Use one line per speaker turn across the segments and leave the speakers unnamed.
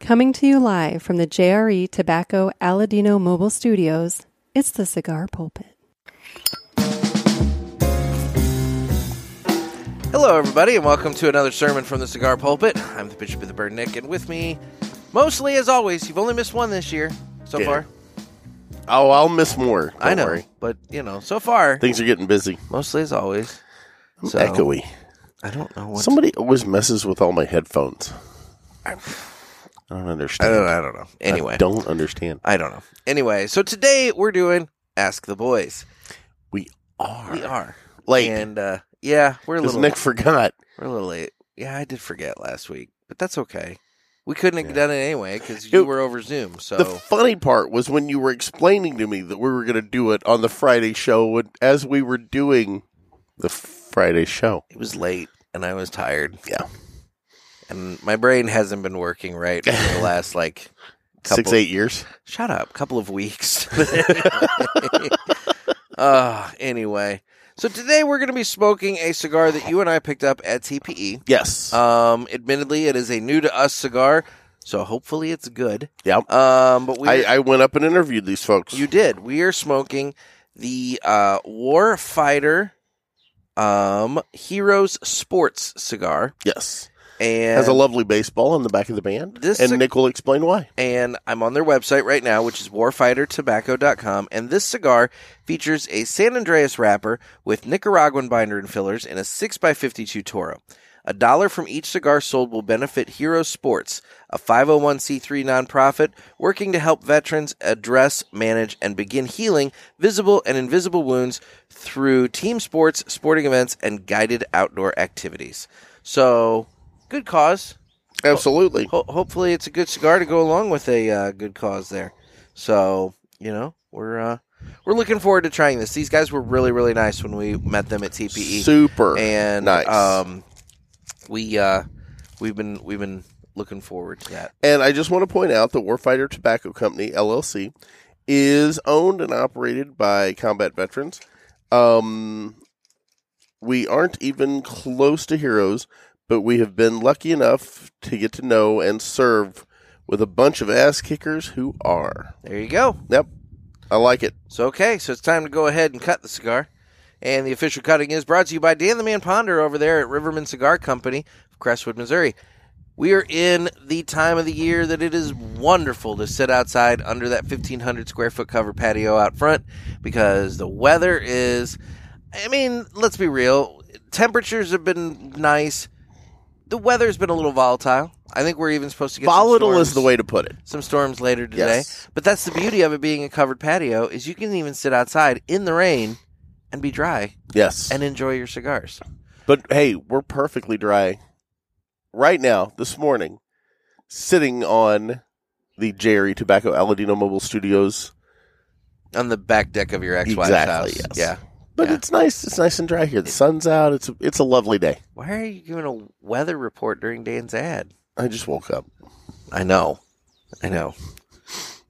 Coming to you live from the JRE Tobacco Aladino Mobile Studios, it's the Cigar Pulpit.
Hello, everybody, and welcome to another sermon from the Cigar Pulpit. I'm the Bishop of the Bird, Nick, and with me, mostly as always, you've only missed one this year so
Yeah.
far.
Oh, I'll miss more. Don't
I know,
Worry.
but you know, so far,
Things are getting busy.
mostly as always.
I'm
So-
echoey.
I don't know what.
Somebody always messes with all my headphones. I don't understand.
I don't know.
I
Anyway,
don't understand.
I don't know. Anyway, so today we're doing Ask the Boys.
We are.
We are,
Late.
and uh, yeah, we're a
Because
little
Nick forgot.
we're a little late. Yeah, I did forget last week, but that's okay. We couldn't have
Yeah.
done it anyway because you
It-
were over Zoom. So
The funny part was when you were explaining to me that we were going to do it on the Friday show when, as we were doing the Friday show.
it was late, and I was tired.
Yeah.
and my brain hasn't been working right for the last like couple,
Six, eight years.
Shut up, couple of weeks. uh, anyway, so today we're going to be smoking a cigar that you and I picked up at TPE.
Yes.
Um, admittedly, it is a new to us cigar, so hopefully it's good.
yep.
Um, but we
I, I went up and interviewed these folks.
you did. We are smoking the uh, War Fighter um Heroes Sports cigar,
yes.
and
Has a lovely baseball on the back of the band.
This
and
cig-
Nick will explain why.
and I'm on their website right now, which is warfightertobacco.com. And this cigar features a San Andreas wrapper with Nicaraguan binder and fillers and a 6x52 Toro. A dollar from each cigar sold will benefit Hero Sports, a 501c3 nonprofit working to help veterans address, manage, and begin healing visible and invisible wounds through team sports, sporting events, and guided outdoor activities. So, good cause
Absolutely.
ho- hopefully it's a good cigar to go along with a uh, good cause there. So you know we're uh, we're looking forward to trying this. These guys were really really nice when we met them at TPE,
Super
and
nice.
um, we uh, we've been we've been looking forward to that.
and I just want to point out that Warfighter Tobacco Company LLC is owned and operated by combat veterans. Um, we aren't even close to heroes, but we have been lucky enough to get to know and serve with a bunch of ass kickers who are.
There you go.
Yep, I like it.
So okay, so it's time to go ahead and cut the cigar. And the official cutting is brought to you by Dan the Man Ponder over there at Riverman Cigar Company of Crestwood, Missouri. We are in the time of the year that it is wonderful to sit outside under that 1500 square foot cover patio out front because the weather is I mean, let's be real, temperatures have been nice. The weather's been a little volatile. I think we're even supposed to get some
Volatile is
storms-
the way to put it.
some storms later today.
Yes.
But that's the beauty of it being a covered patio is you can even sit outside in the rain and be dry
Yes,
and enjoy your cigars.
but hey, we're perfectly dry right now this morning, sitting on the Jerry Tobacco Aladino Mobile Studios
On the back deck of your ex-wife's
Exactly,
house.
yes.
Yeah.
But
Yeah.
it's nice. It's nice and dry here. The sun's out. It's a, it's a lovely day.
Why are you giving a weather report during Dan's ad?
I just woke up.
I know. I know.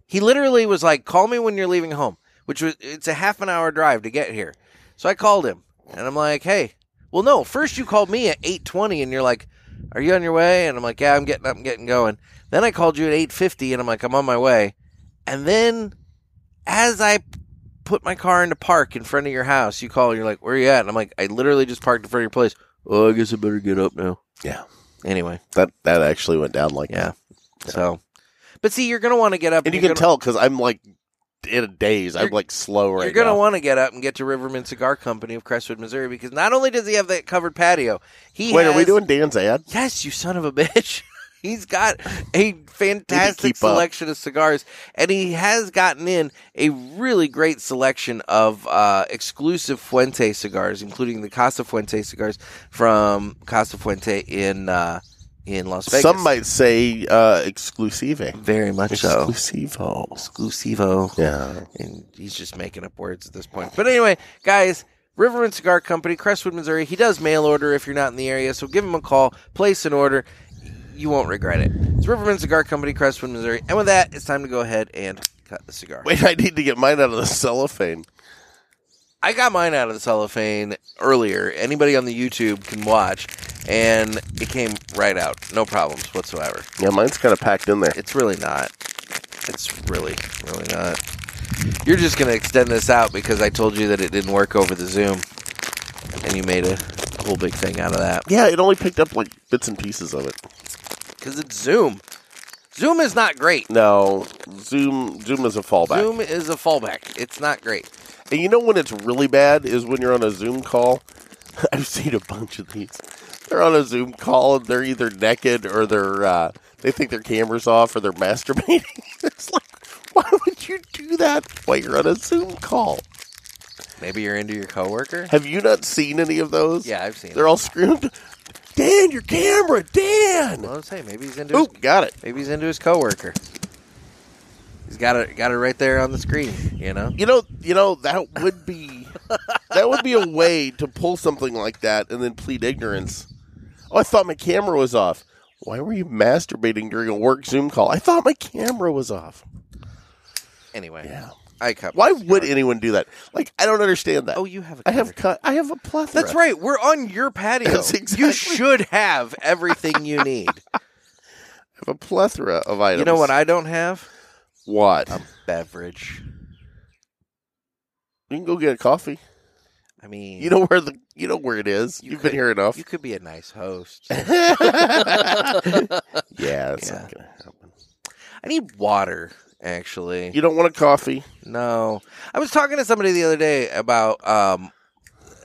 He literally was like, "Call me when you're leaving home," which was it's a half an hour drive to get here. So I called him, and I'm like, "Hey, well, no. First you called me at 8:20, and you're like, "Are you on your way?" And I'm like, "Yeah, I'm getting up, and getting going." Then I called you at 8:50, and I'm like, "I'm on my way." And then, as I put my car into park in front of your house, you call, and you're like, "Where you at?" And I'm like, "I literally just parked in front of your place." Oh, I guess I better get up now.
Yeah.
Anyway,
That that actually went down like
yeah.
that.
So, but see, you're gonna want to get up,
And you
you're
can
gonna-
tell because I'm like in a daze. I'm
You're-
like slow right
You're going to
now.
want to get up and get to Riverman Cigar Company of Crestwood, Missouri, because not only does he have that covered patio, he
Wait,
has,
are we doing Dan's ad?
Yes, you son of a bitch. He's got a fantastic
keep up.
selection of cigars, and he has gotten in a really great selection of uh, exclusive Fuente cigars, including the Casa Fuente cigars from Casa Fuente in uh, in Las Vegas.
Some might say uh, exclusive.
very much so.
Exclusivo.
Exclusivo
Yeah.
and he's just making up words at this point. But anyway, guys, Riverman Cigar Company, Crestwood, Missouri. He does mail order if you're not in the area, so give him a call, place an order. You won't regret it. It's Riverman Cigar Company, Crestwood, Missouri. And with that, it's time to go ahead and cut the cigar.
Wait, I need to get mine out of the cellophane.
I got mine out of the cellophane earlier. Anybody on the YouTube can watch, and it came right out. No problems whatsoever.
Yeah, mine's kind of packed in there.
It's really not. It's really, really not. You're just going to extend this out because I told you that it didn't work over the Zoom, and you made a whole big thing out of that.
Yeah, it only picked up like bits and pieces of it.
Because it's Zoom. Zoom is not great.
No, Zoom Zoom is a fallback.
Zoom is a fallback. It's not great.
And you know when it's really bad is when you're on a Zoom call. I've seen a bunch of these. They're on a Zoom call and they're either naked or they're uh, they think their cameras off or they're masturbating. it's like, why would you do that while you're on a Zoom call?
Maybe you're into your coworker.
Have you not seen any of those?
Yeah, I've seen.
they're
it.
all screamed. Dan, your camera, Dan.
Well, I'm saying maybe he's into.
Oh,
His,
got it.
maybe he's into his coworker. He's got it. Got it right there on the screen. You know.
You know, you know that would be that would be a way to pull something like that and then plead ignorance. Oh, I thought my camera was off. Why were you masturbating during a work Zoom call? I thought my camera was off.
Anyway.
Yeah.
I cup.
Why would anyone do that? Like, I don't understand that.
Oh, you have. A
I have
coworker.
cut. I have a plethora.
That's right. We're on your patio.
That's exactly-
You should have everything you need.
I have a plethora of items.
you know what I don't have?
What?
A beverage.
you can go get a coffee.
I mean,
You know where the you know where it is.
You
You have
could-
been here enough.
you could be a nice host.
yeah, it's
Yeah.
not gonna happen.
I need water. Actually,
You don't want a coffee.
No, I was talking to somebody the other day about um,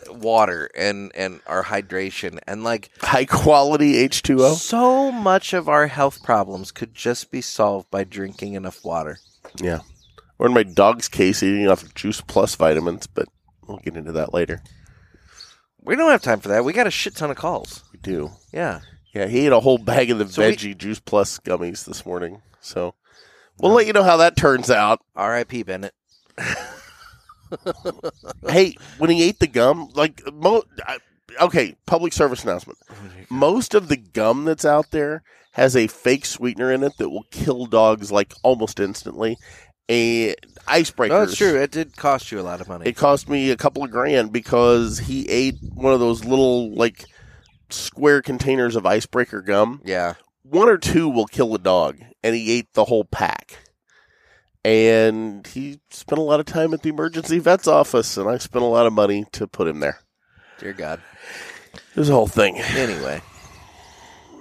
water and and our hydration, and like
High quality H two O.
so much of our health problems could just be solved by drinking enough water.
Yeah. Or in my dog's case, eating off juice plus vitamins, but we'll get into that later.
We don't have time for that. We got a shit ton of calls.
We do.
Yeah,
Yeah, he ate a whole bag of the
So we-
veggie juice plus gummies this morning. So we'll let you know how that turns out.
R.I.P. Bennett.
hey, when he ate the gum, like, mo- I, okay, public service announcement. Most of the gum that's out there has a fake sweetener in it that will kill dogs like almost instantly. And icebreakers.
No, it's true. It did cost you a lot of money.
It cost me a couple of grand because he ate one of those little like square containers of icebreaker gum.
yeah,
One or two will kill a dog, and he ate the whole pack. And he spent a lot of time at the emergency vet's office, and I spent a lot of money to put him there.
dear God.
It was a whole thing.
Anyway,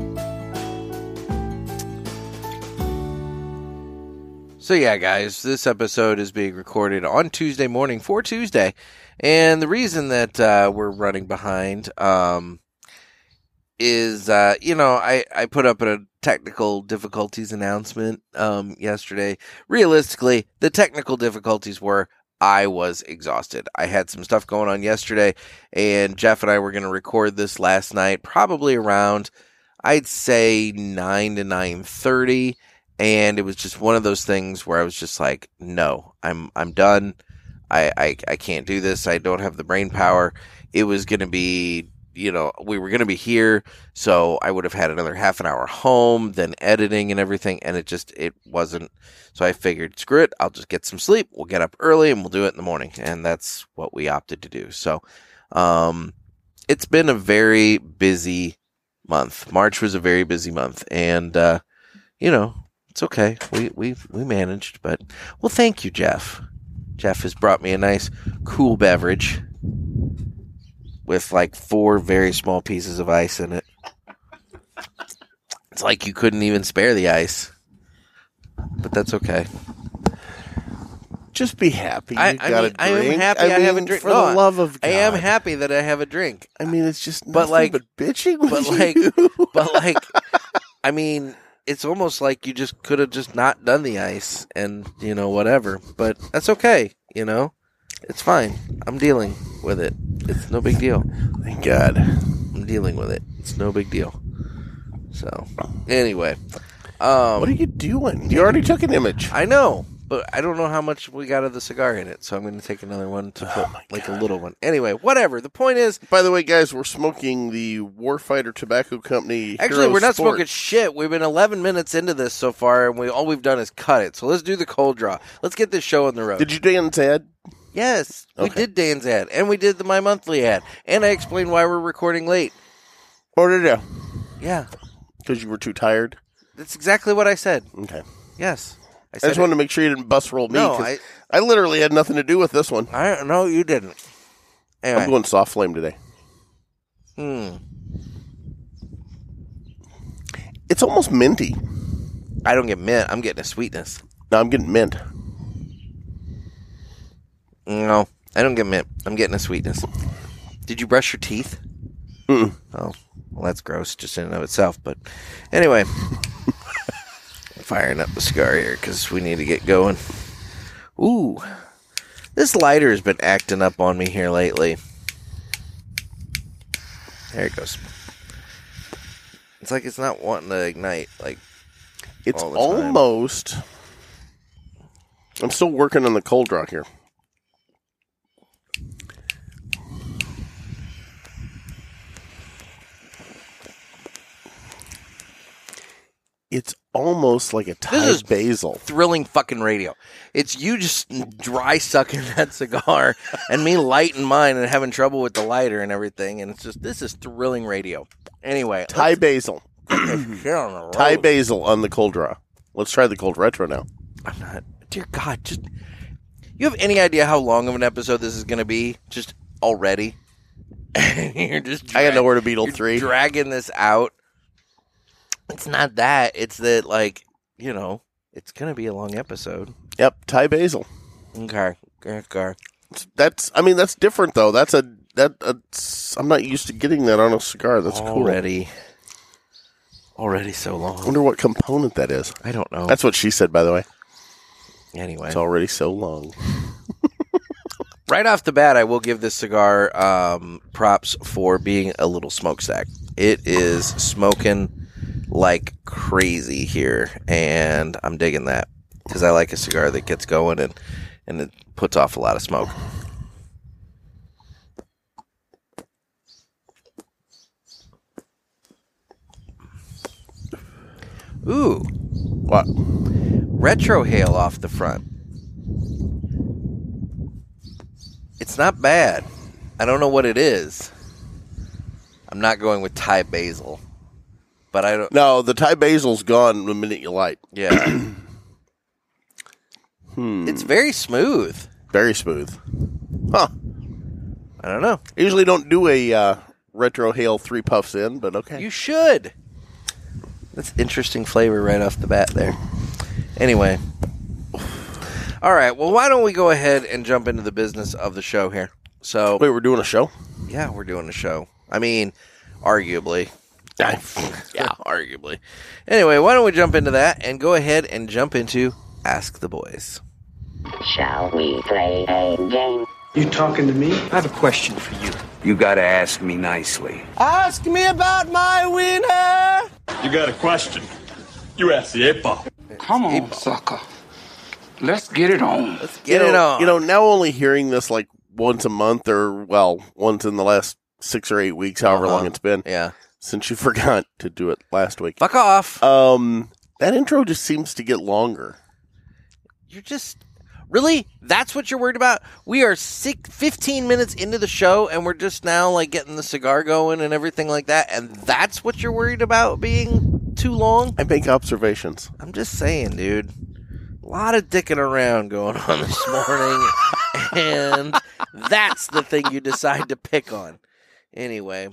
So yeah, guys, this episode is being recorded on Tuesday morning for Tuesday, and the reason that uh, we're running behind um, is, uh, you know, I I put up a technical difficulties announcement um, yesterday. Realistically, the technical difficulties were I was exhausted. I had some stuff going on yesterday, and Jeff and I were going to record this last night, probably around I'd say nine to nine thirty, and it was just one of those things where I was just like, no, I'm I'm done. I I, I can't do this. I don't have the brain power. It was going to be. You know, we were going to be here, so I would have had another half an hour home, then editing and everything, and it just it wasn't so I figured, screw it, I'll just get some sleep. We'll get up early and we'll do it in the morning. And that's what we opted to do. So um, it's been a very busy month. March was a very busy month. And, uh, you know, it's okay. We, we, we managed, but well, thank you, Jeff. Jeff has brought me a nice cool beverage with like four very small pieces of ice in it. It's like you couldn't even spare the ice, but that's okay.
Just be happy.
I-
you
I
got
mean, I
a
am
drink.
happy I have a drink.
For
No,
the love of God.
I am happy that I have a drink.
I mean, it's just
But,
nothing
like-
but bitching. With
but, like-
you.
But like, I mean, it's almost like you just could have just not done the ice and you know whatever. But that's okay. You know, it's fine. I'm dealing with it. It's no big deal.
thank God.
I'm dealing with it. It's no big deal. So anyway, um,
What are you doing? You already took an image.
I know, but I don't know how much we got of the cigar in it. So I'm going to take another one to
Oh
put, like a little one. Anyway, whatever. The point is,
By the way, guys, we're smoking the Warfighter Tobacco Company.
Actually,
Hero
we're not
Sport.
smoking shit. We've been 11 minutes into this so far, and we all we've done is cut it. So let's do the cold draw. Let's get this show on the road.
Did you Dan's ad?
yes, we
Okay.
did Dan's ad, and we did the my monthly ad, and I explained why we're recording late.
Or Oh, did you?
Yeah,
Because you were too tired.
that's exactly what I said.
Okay.
Yes,
I
I said.
just wanted to make sure you didn't bus roll
it.
me.
no,
'cause
I,
I literally had nothing to do with this one.
I don't know. You didn't. Anyway,
I'm going soft flame today.
hmm.
It's almost minty.
I don't get mint. I'm getting a sweetness.
No, I'm getting mint.
No, I don't get mint. I'm getting a sweetness. Did you brush your teeth?
Mm-mm.
Oh, well, that's gross just in and of itself. But anyway, firing up the cigar here because we need to get going. Ooh, this lighter has been acting up on me here lately. There it goes. It's like it's not wanting to ignite. Like
It's
All the time.
almost. I'm still working on the cold rock here. It's almost like a Thai
is-
basil.
thrilling fucking radio. It's you just dry sucking that cigar and me lighting mine and having trouble with the lighter and everything. And it's just this is thrilling radio. Anyway,
Thai basil.
let's get on the
Thai
road.
basil on the cold draw. Let's try the cold retro now.
I'm not. Dear God, just you have any idea how long of an episode this is going to be? Just already, you're just.
I got
drag-
nowhere to beetle
you're
three.
Dragging this out. It's not that. It's that like you know it's going to be a long episode.
Yep, Thai basil.
Okay. Okay.
That's. I mean, that's different though. That's a that. that's I'm not used to getting that on a cigar. That's cool.
already already so
I
long.
wonder what component that is.
I don't know.
That's what she said, by the way.
anyway,
It's already so long.
right off the bat, I will give this cigar um, props for being a little smokestack. It is smoking like crazy here, and I'm digging that because I like a cigar that gets going and and it puts off a lot of smoke. Ooh,
What?
retrohale off the front. It's not bad. I don't know what it is. I'm not going with Thai basil, but I don't.
No, the Thai basil's gone the minute you light.
Yeah,
Hmm.
it's very smooth.
Very smooth. Huh.
I don't know.
I usually don't do a uh, retro hail three puffs in, but okay.
You should. That's interesting flavor right off the bat there. Anyway. All right. Well, why don't we go ahead and jump into the business of the show here? So,
Wait, we're doing a show?
yeah, we're doing a show. I mean, arguably. yeah, arguably. Anyway, why don't we jump into that and go ahead and jump into Ask the Boys?
Shall we play a game?
You talking to me? I have a question for you.
You gotta ask me nicely.
Ask me about my winner.
You got a question? You ask the eight ball.
Come on, sucker. Let's get it on.
Get
you know,
it on.
You know, now only hearing this like once a month or well, once in the last six or eight weeks, however
Uh-huh.
long it's been
yeah.
since you forgot to do it last week.
Fuck off.
Um, that intro just seems to get longer.
you're just really that's what you're worried about we are six, 15 minutes into the show and we're just now like getting the cigar going and everything like that and that's what you're worried about being too long
I make observations.
i'm just saying dude a lot of dicking around going on this morning and that's the thing you decide to pick on anyway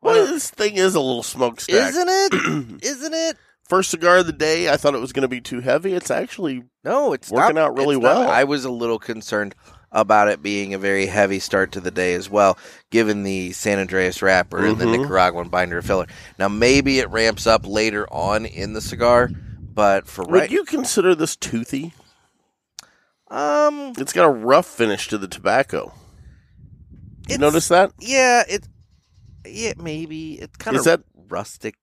Why
Well,
don't-
this thing is a little smokestack.
isn't it isn't it
First cigar of the day. I thought it was going to be too heavy. It's actually
No, it's
Working
not-
out really
it's not-
well.
I was a little concerned about it being a very heavy start to the day as well, given the San Andreas wrapper and the
Mhm.
Nicaraguan binder filler. Now maybe it ramps up later on in the cigar, but for
Would
right,
you consider this toothy?
um,
It's got a rough finish to the tobacco. You
it's-
notice that?
Yeah, it, yeah, maybe it's kind
Uh,
of
Is that-
rustic.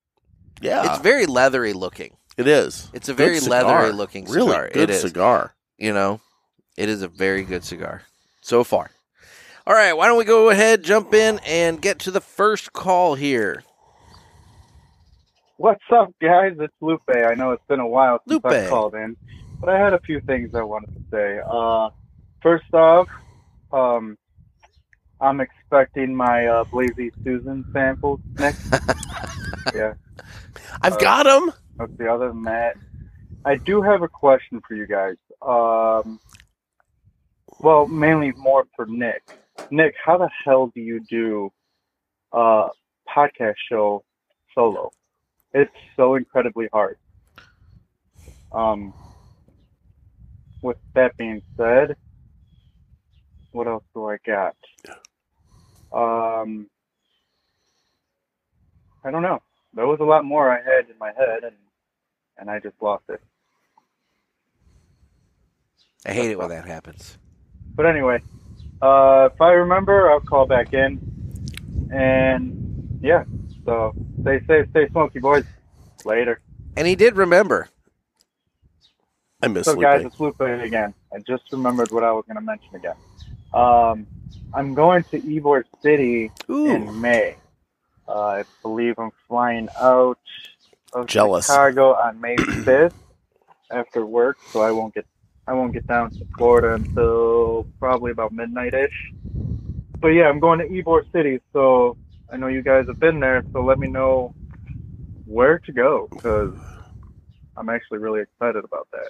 Yeah,
It's very leathery looking.
it is.
It's a
Good
very
cigar.
leathery looking
Really
cigar.
good
it is.
cigar.
you know, it is a very good cigar so far. All right, why don't we go ahead, jump in, and get to the first call here?
What's up, guys? It's Lupe. I know it's been a while since
Lupe.
I called in, but I had a few things I wanted to say. Uh, first off, um, I'm expecting my uh, Blazy Susan samples next. yeah.
I've got him.
Okay. Other than that, I do have a question for you guys. Um, well, mainly more for Nick. Nick, how the hell do you do a podcast show solo? It's so incredibly hard. Um, with that being said, what else do I got? Um, I don't know. There was a lot more I had in my head, and and I just lost it.
I hate it when that happens.
But anyway, uh, if I remember, I'll call back in. And yeah, so stay safe, stay smoky, boys. Later.
And he did remember.
I miss
So,
Lupe.
guys, it's Lupe again. I just remembered what I was going to mention again. Um, I'm going to Ybor City
Ooh,
in May. Uh, I believe I'm flying out of
Jealous.
Chicago on May 5th after work, so I won't get I won't get down to Florida until probably about midnight ish. But yeah, I'm going to Ybor City, so I know you guys have been there, so let me know where to go because I'm actually really excited about that.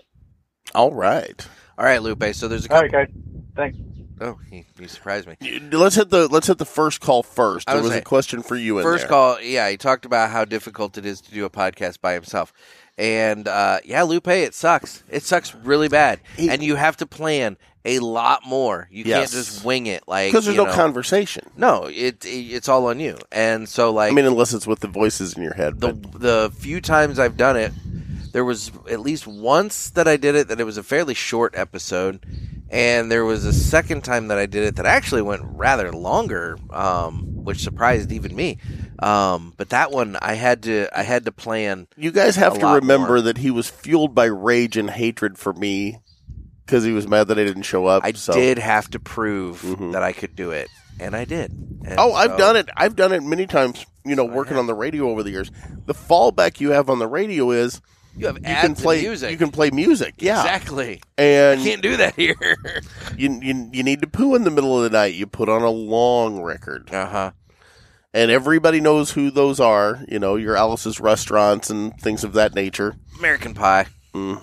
All right.
all right, Lupe. So there's a
All
couple.
right, guys, thanks.
Oh, he, he surprised me.
You- Let's hit the let's hit the first call first.
I
There
was
was a
like-
question for you in
First
there.
call, yeah, he talked about how difficult it is to do a podcast by himself. And uh, yeah, Lupe, it sucks. It sucks really bad.
He-
and you have to plan a lot more. You
Yes.
can't just wing it. Like,
because there's
you
no
know.
conversation.
No, it, it's all on you. And so like
I mean, unless it's with the voices in your head.
the
but
the few times I've done it, there was at least once that I did it that it was a fairly short episode, and there was a second time that I did it that actually went rather longer, um, which surprised even me. Um, but that one I had to I had to plan.
you guys
a
have to
lot
remember
more.
that he was fueled by rage and hatred for me because he was mad that I didn't show up.
I
so.
did have to prove
Mhm.
that I could do it, and I did. And
Oh, I've
so-
done it. I've done it many times. You know,
I
working
have.
on the radio over the years. The fallback you have on the radio is
You have
you
ads
can play
and music.
You can play music. Yeah,
exactly. I
and
can't do that here.
you, you you need to poo in the middle of the night. You put on a long record,
uh huh.
and everybody knows who those are. You know, your Alice's restaurants and things of that nature.
American Pie.
Mm-hmm.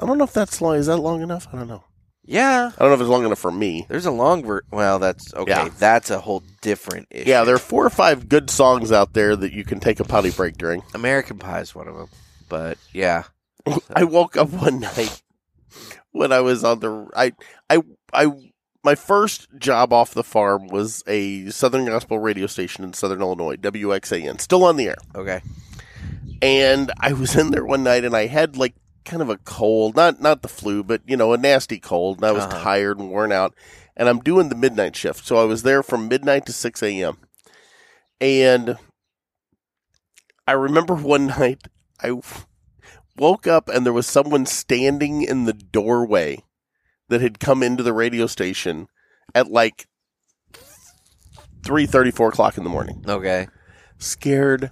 I don't know if that's long. Is that long enough? I don't know.
Yeah.
I don't know if it's long enough for me.
There's a long ver- well, that's okay.
Yeah.
That's a whole different issue.
Yeah, there are four or five good songs out there that you can take a potty break during.
American Pie is one of them, but yeah,
I woke up one night when I was on the I I I my first job off the farm was a Southern Gospel radio station in Southern Illinois, WXAN, still on the air.
okay.
And I was in there one night and I had like kind of a cold, not not the flu, but you know, a nasty cold, and I was
Uh-huh.
tired and worn out. And I'm doing the midnight shift, so I was there from midnight to six a.m. And I remember one night I woke up and there was someone standing in the doorway that had come into the radio station at like three thirty, four o'clock in the morning
Okay.
scared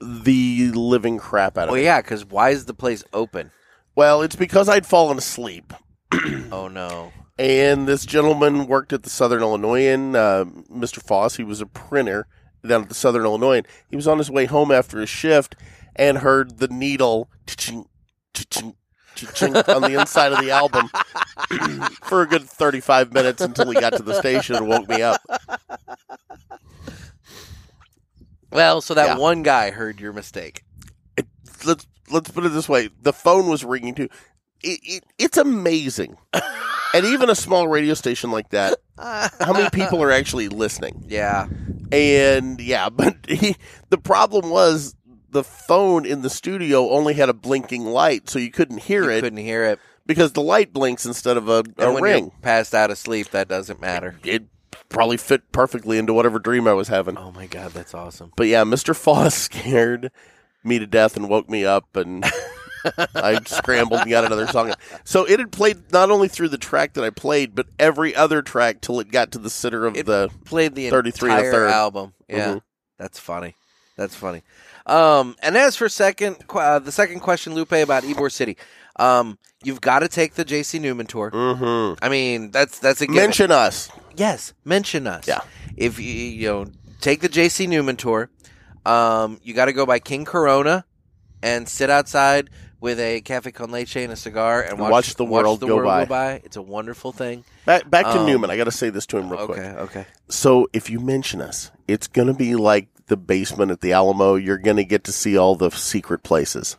the living crap out of
Well,
me.
yeah, because why is the place open?
Well, it's because I'd fallen asleep,
Oh no.
and this gentleman worked at the Southern Illinoisan, uh, Mr. Foss. He was a printer down at the Southern Illinoisan. He was on his way home after his shift and heard the needle ching ching ching on the inside of the album for a good 35 minutes until he got to the station and woke me up.
Well, so that
Yeah.
one guy heard your mistake.
it, let's let's put it this way: the phone was ringing too. It, it, it's amazing, and even a small radio station like that, how many people are actually listening?
Yeah.
And yeah, but he, the problem was the phone in the studio only had a blinking light, so you couldn't hear
You
it
couldn't hear it.
because the light blinks instead of a,
And
a
when
ring.
you're passed out of sleep, that doesn't matter.
It probably fit perfectly into whatever dream I was having.
Oh my god, that's awesome.
But yeah, Mr. Foss scared me to death and woke me up and I scrambled and got another song. So it had played not only through the track that I played, but every other track till it got to the center of
It-
the
Played the
33 and a
entire
third.
album. Yeah.
Mhm.
That's funny. That's funny. Um, and as for second, qu- uh, the second question, Lupe about Ybor City, um, you've got to take the J.C. Newman tour.
Mhm.
I mean, that's that's a given.
Mention Us.
Yes, mention us.
Yeah.
If you you know take the JC Newman tour, um, you got to go by King Corona and sit outside with a cafe con leche and a cigar and watch,
watch the world go by.
It's a wonderful thing.
Back, back to
Um,
Newman. I got to say this to him real
okay,
quick.
okay.
So if you mention us, it's going to be like the basement at the Alamo. You're going to get to see all the secret places.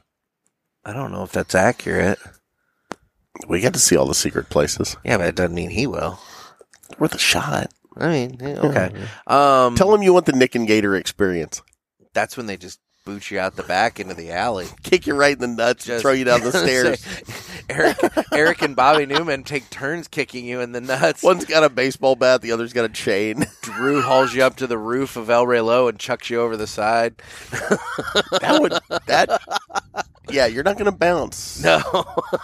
I don't know if that's accurate.
We got to see all the secret places.
Yeah, but it doesn't mean he will.
Worth a shot.
I mean, yeah, okay. Um,
Mm-hmm. Tell him you want the Nick and Gator experience.
that's when they just boot you out the back into the alley.
Kick you right in the nuts,
Just-
throw you down the
Say,
stairs.
Eric, Eric and Bobby Newman take turns kicking you in the nuts.
One's got a baseball bat, the other's got a chain.
Drew hauls you up to the roof of El Rey Low and chucks you over the side.
That would that Yeah, you're not gonna bounce
No.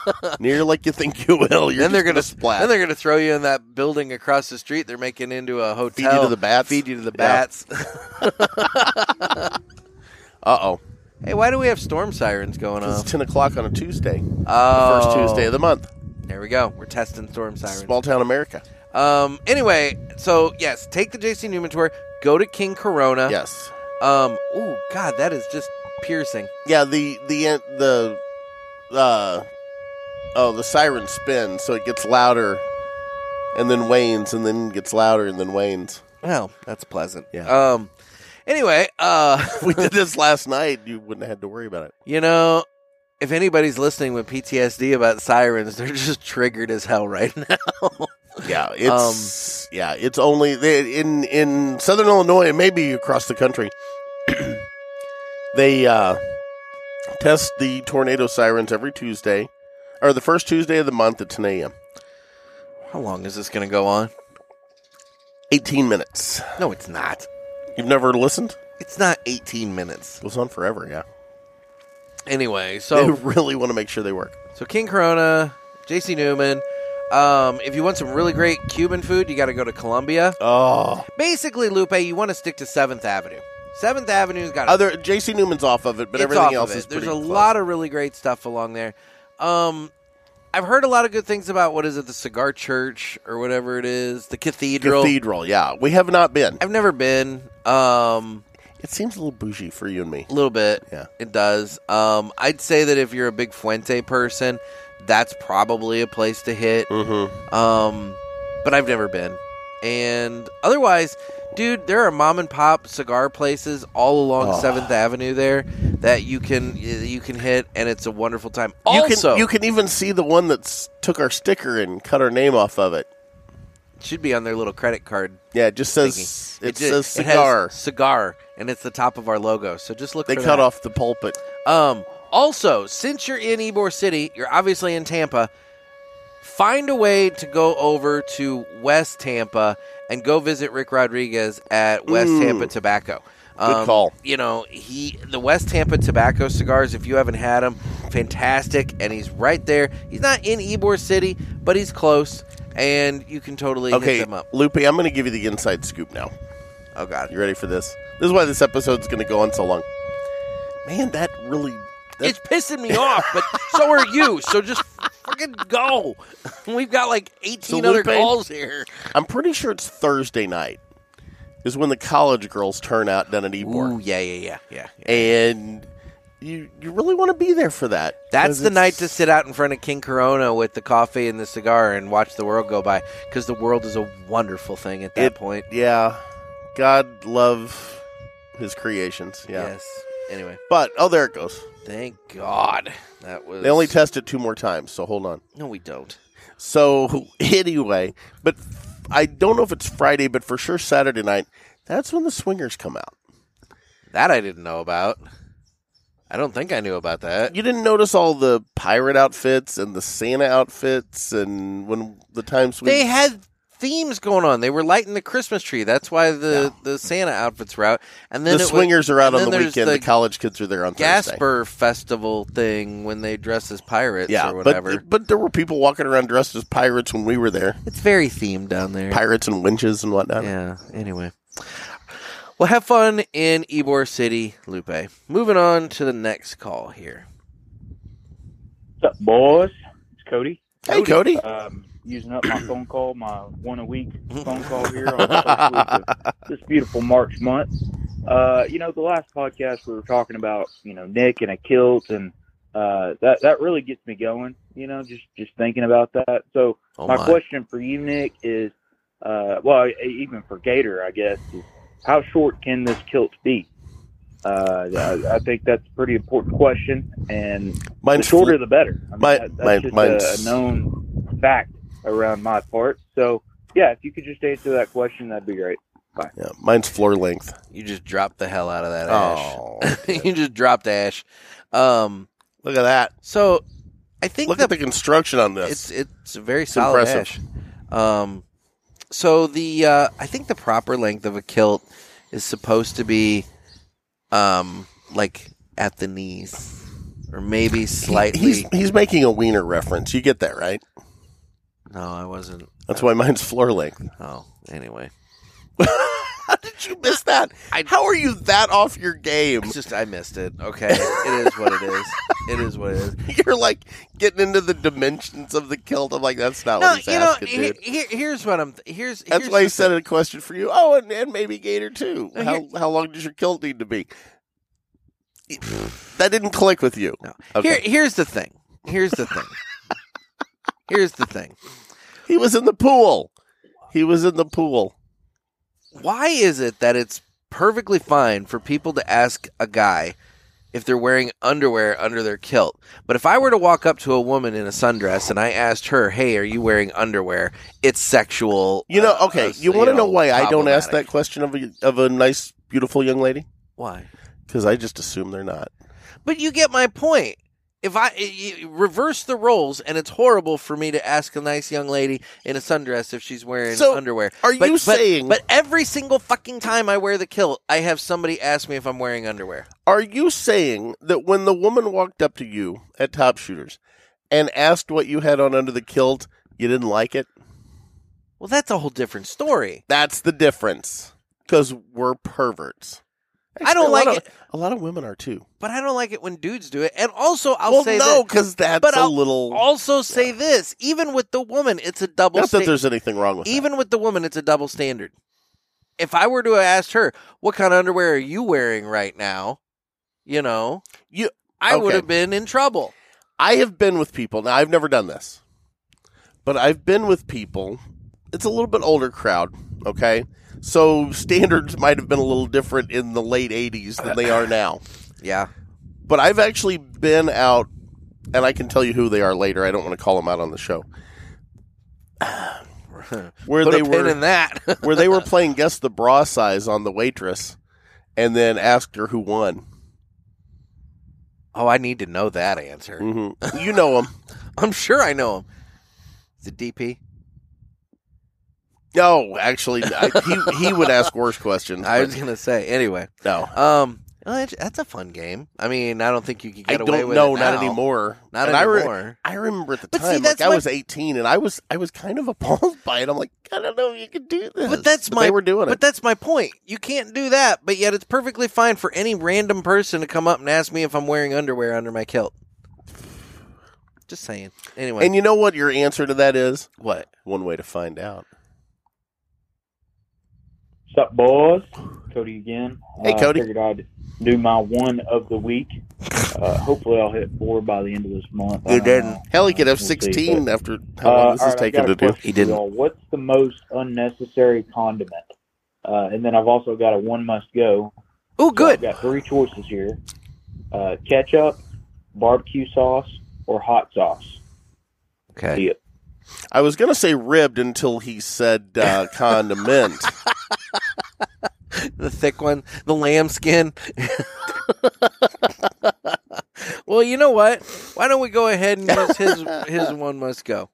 near like you think you will. You're
then they're
just
gonna,
splat.
Then they're gonna throw you in that building across the street. They're making into a hotel.
to the bats?
Feed you to the
Yeah.
bats.
uh oh.
hey, why do we have storm sirens going on?
It's ten o'clock on a Tuesday.
Oh,
First Tuesday of the month.
There we go. We're testing storm sirens.
Small town America.
Um. Anyway, so yes, take the J.C. Newman tour. Go to King Corona.
Yes.
Um. Oh God, that is just piercing.
Yeah, the the en- the uh oh the siren spins, so it gets louder and then wanes and then gets louder and then wanes.
Well, that's pleasant.
Yeah.
Um. Anyway. Uh.
If we did this last night, you wouldn't have had to worry about it.
You know, if anybody's listening with PTSD about sirens, they're just triggered as hell right now.
Yeah,
Um,
it's yeah, it's only they, in in Southern Illinois and maybe across the country. they uh, test the tornado sirens every Tuesday, or the first Tuesday of the month at 10 a.m.
How long is this going to go on?
18 minutes.
No, it's not.
You've never listened?
It's not 18 minutes.
It was on forever. Yeah,
Anyway,
they
so
really want to make sure they work.
so King Corona, JC Newman. Um, if you want some really great Cuban food, you got to go to Colombia.
Oh,
Basically, Lupe, you want to stick to 7th Avenue. 7th Avenue's got a
other J.C. Newman's off of it, but
It's off
everything
of
else
it.
is
There's a
pretty close.
lot of really great stuff along there. Um, I've heard a lot of good things about what is it, the Cigar Church or whatever it is, the cathedral.
cathedral. Yeah, we have not been.
I've never been. Um,
It seems a little bougie for you and me.
a little bit.
Yeah.
it does. Um, I'd say that if you're a big Fuente person, that's probably a place to hit.
Mm-hmm.
Um, but I've never been. And otherwise, dude, there are mom and pop cigar places all along
Oh.
Seventh Avenue there that you can you can hit, and it's a wonderful time.
You
Also,
can you can even see the one that's took our sticker and cut our name off of it.
should be on their little credit card.
Yeah, it just says
thingy.
it,
ju-
says
it has
cigar.
cigar, and it's the top of our logo. So just look.
they
for
cut
that.
off the pulpit.
Um. Also, since you're in Ybor City, you're obviously in Tampa. Find a way to go over to West Tampa and go visit Rick Rodriguez at West Tampa Tobacco. Um,
call.
You know he the West Tampa Tobacco cigars. If you haven't had them, fantastic. And he's right there. He's not in Ybor City, but he's close, and you can totally
Okay,
hit them up.
Loopy, I'm going to give you the inside scoop now.
Oh God,
You ready for this? This is why this episode's going to go on so long. Man, that really. That,
it's pissing me off, but so are you. So just fucking go. We've got like 18
So
other
Lupe-
calls here.
I'm pretty sure it's Thursday night is when the college girls turn out down at
Ooh,
Ebor.
yeah, yeah, yeah, yeah.
And you you really want to be there for that.
That's
'cause
the
it's-
night to sit out in front of King Corona with the coffee and the cigar and watch the world go by because the world is a wonderful thing at that
It-
point.
Yeah. God love his creations. Yeah.
Yes. Anyway,
But, oh, there it goes.
thank God that was.
They only test it two more times, so hold on.
No, we don't.
So anyway, but I don't know if it's Friday, but for sure Saturday night. That's when the swingers come out.
That I didn't know about. I don't think I knew about that.
You didn't notice all the pirate outfits and the Santa outfits, and when the times we
They had themes going on. They were lighting the Christmas tree. That's why the, the Santa outfits were out. And then
the
it was-
swingers are out
and
on the
then there's
weekend. The, college kids are there on Thursday.
Gasper festival thing when they dress as pirates
Yeah,
or whatever.
but but there were people walking around dressed as pirates when we were there.
it's very themed down there.
Pirates and winches and whatnot.
yeah. Anyway. Well, have fun in Ybor City, Lupe. Moving on to the next call here.
What's up, boys? It's Cody.
Hey, Cody.
Um, using up my phone call, my one a week phone call here on the first week of this beautiful March month. Uh, you know, the last podcast we were talking about, you know, Nick and a kilt, and uh, that that really gets me going. You know, just just thinking about that. So
Oh
my,
my.
question for you, Nick, is, uh, well, e- even for Gator, I guess, is how short can this kilt be? Uh, I, I think that's a pretty important question, and
Mine's
the shorter the better. I mean,
my-
that-
my-
that's
mine's-
just a, a known fact around my part. So, yeah, if you could just answer that question, that'd be great.
yeah, Uh, mine's floor length.
You just dropped the hell out of that
Oh,
ash. you just dropped ash. Um,
look at that!
so I think
Look
the
at the construction on this.
it's it's a very
It's
solid
impressive.
ash. Um, so the uh, I think the proper length of a kilt is supposed to be, um, like at the knees, or maybe slightly.
He's he's making a wiener reference. You get that right?
no, I wasn't.
That's why mine's floor length.
Oh, anyway,
How did you miss that?
I-
How are you that off your game?
it's just I missed it. Okay, it is what it is. It is what it is.
You're like getting into the dimensions of the kilt. I'm like, that's not
No,
what he's
you know,
asking,
he-
dude.
he- here's what I'm. Th- here's
That's
here's
why he
the
said
thing.
a question for you. Oh, and, and maybe Gator too.
No,
how
here-
how long does your kilt need to be? That didn't click with you.
No.
Okay.
Here, here's the thing. Here's the thing. here's the thing.
He was in the pool. He was in the pool.
why is it that it's perfectly fine for people to ask a guy if they're wearing underwear under their kilt? But if I were to walk up to a woman in a sundress and I asked her, "Hey, are you wearing underwear?" It's sexual.
You know,
uh,
okay.
uh,
you want to know, why I don't ask that
problematic.
question of a of a nice, beautiful young lady?
Why?
Because I just assume they're not.
But you get my point. If I y- y- reverse the roles, and it's horrible for me to ask a nice young lady in a sundress if she's wearing
So,
underwear.
are you saying-
But every single fucking time I wear the kilt, I have somebody ask me if I'm wearing underwear.
Are you saying that when the woman walked up to you at Top Shooters and asked what you had on under the kilt, you didn't like it?
Well, that's a whole different story.
That's the difference. Because we're perverts.
I don't
a lot
like
of-
it.
A lot of women are too.
But I don't like it when dudes do it. And also, I'll
well,
say
no,
that-
because that's
but
a
I'll
little.
also say this: even with the woman, it's a double.
not that
sta-
there's anything wrong with
even with the woman, it's a double standard. If I were to ask her, "What kind of underwear are you wearing right now?" You know,
that. You,
I would
Okay.
have been in trouble.
I have been with people. Now I've never done this, but I've been with people. It's a little bit older crowd, okay. So standards might have been a little different in the late '80s than they are now.
Yeah,
but I've actually been out, and I can tell you who they are later. I don't want to call them out on the show. Where
put
they
a pin
were,
in that.
where they were playing guess the bra size on the waitress, and then asked her who won.
Oh, I need to know that answer.
Mm-hmm. You know him.
I'm sure I know him. The DP.
No, actually, I, he, he would ask worse questions.
I
but
was gonna say anyway.
no,
Um, well, that's- that's a fun game. I mean, I don't think you could
I
get away
don't
with
know.
it
Not
now.
anymore.
Not
And I re-
anymore.
I remember at the
But see,
time,
that's
like I
my-
was 18, and I was I was kind of appalled by it. I'm like, I don't know if you could do this.
But that's my
they were doing
But
it.
that's my point. You can't do that, but yet it's perfectly fine for any random person to come up and ask me if I'm wearing underwear under my kilt. Just saying. Anyway,
And you know what your answer to that is?
what?
One way to find out.
Sup, boys? Cody again.
Hey,
Uh,
Cody.
figured I'd do my one of the week. Uh, hopefully, I'll hit four by the end of this month. I don't
You
know.
didn't. Hell, he could have
We'll see,
16
but-
after how long
Uh,
this
all
is
right, I've
taking
got
to
a
do.
question
He
for y'all.
didn't.
What's the most unnecessary condiment? Uh, and then I've also got a one must go.
Oh,
So I've
good.
got three choices here: uh, ketchup, barbecue sauce, or hot sauce.
Okay.
See it.
I was going to say ribbed until he said uh, condiment.
The thick one, the lamb skin. well, you know what? Why don't we go ahead and use his his one must go.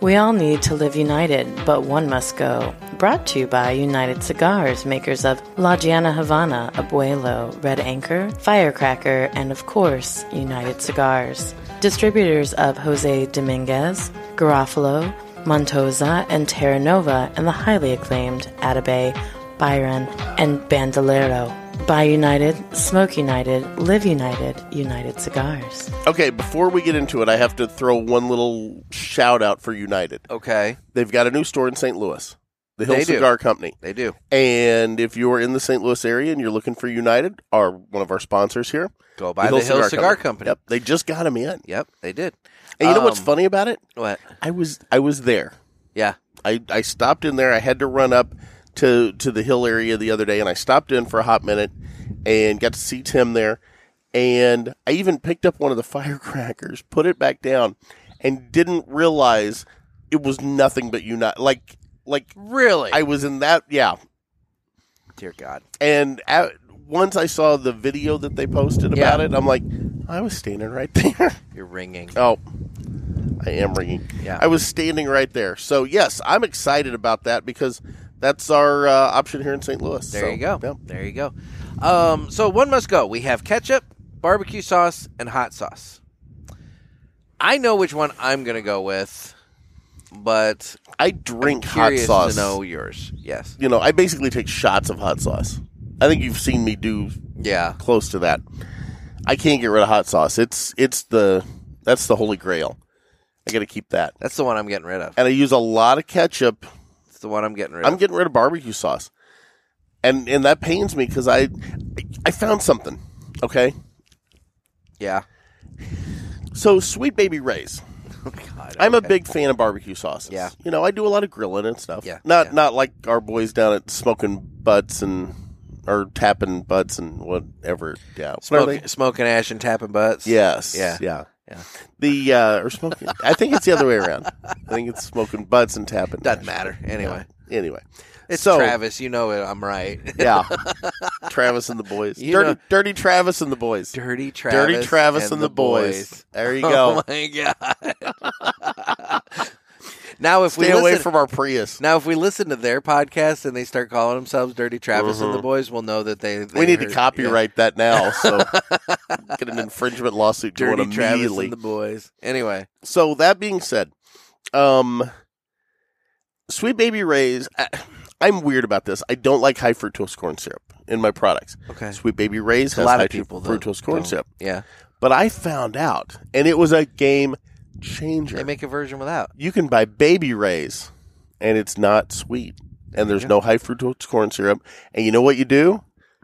We all need to live united, but one must go. Brought to you by United Cigars, makers of La Giana Havana, Abuelo, Red Anchor, Firecracker, and of course, United Cigars. Distributors of Jose Dominguez, Garofalo, Montosa, and Terra Nova, and the highly acclaimed Atabay, Byron, and Bandolero. Buy United, Smoke United, Live United, United Cigars.
okay, before we get into it, I have to throw one little shout out for United.
Okay.
They've got a new store in St. Louis, the Hill
They do.
Cigar Company.
They do.
And if you're in the St. Louis area and you're looking for United, are one of our sponsors here.
Go buy the Hill Cigar, Company.
Yep, they just got him in. And
Yep, they did.
you know what's
Um,
funny about it?
What?
I was I was there.
Yeah.
I, I stopped in there. I had to run up to to the hill area the other day, and I stopped in for a hot minute and got to see Tim there. And I even picked up one of the firecrackers, put it back down, and didn't realize it was nothing but you not like like
Really?
I was in that yeah.
Dear God.
And at, once I saw the video that they posted about
Yeah.
it, I'm like, I was standing right there.
You're ringing.
Oh, I am ringing.
Yeah.
I was standing right there. So yes, I'm excited about that because that's our uh, option here in St. Louis.
There
So,
you go.
yeah.
There you go. Um, so one must go. We have ketchup, barbecue sauce, and hot sauce. I know which one I'm going to go with, but
I drink hot
curious
sauce.
to know yours. Yes.
You know, I basically take shots of hot sauce. I think you've seen me do
Yeah.
close to that. I can't get rid of hot sauce. It's it's the that's the holy grail. I got to keep that.
That's the one I'm getting rid of.
And I use a lot of ketchup.
That's the one I'm getting rid
I'm
of.
getting rid of barbecue sauce, and and that pains me because I I found something. Okay,
Yeah.
so sweet baby Ray's.
Oh, God,
I'm a
okay.
big fan of barbecue sauces.
Yeah.
You know, I do a lot of grilling and stuff.
Yeah,
Not
yeah.
not like our boys down at smoking butts and or tapping butts and whatever. Yeah. What are
Smoke, smoking ash and tapping butts.
they? Yes.
Yeah.
Yeah.
Yeah.
The uh or smoking I think it's the other way around. I think it's smoking butts and tapping.
Doesn't matter. Anyway.
Anyway.
It's
So-
Travis. You know it. I'm right.
Yeah. Travis and the boys.
You
dirty
know-
dirty Travis and the boys.
Dirty Travis.
dirty Travis and, the, boys. There you go.
Oh my god! now if
Stay
we
away
listen,
from our Prius.
now if we listen to their podcast and they start calling themselves Dirty Travis and the Boys, we'll know that they, they
Mm-hmm. we need to
heard-
copyright that now, so get an infringement lawsuit
yeah,
going
Dirty Travis
immediately.
and the Boys. Anyway,
so that being said, um, Sweet Baby Ray's. I, I'm weird about this. I don't like high fructose corn syrup in my products.
okay.
Sweet Baby Ray's
a
has
lot
high
of people though,
fructose corn
don't.
syrup,
Yeah,
but I found out, and it was a game changer.
they make a version without.
you can buy Baby Ray's, and it's not sweet, and there's no high fructose corn syrup. And you know what you do?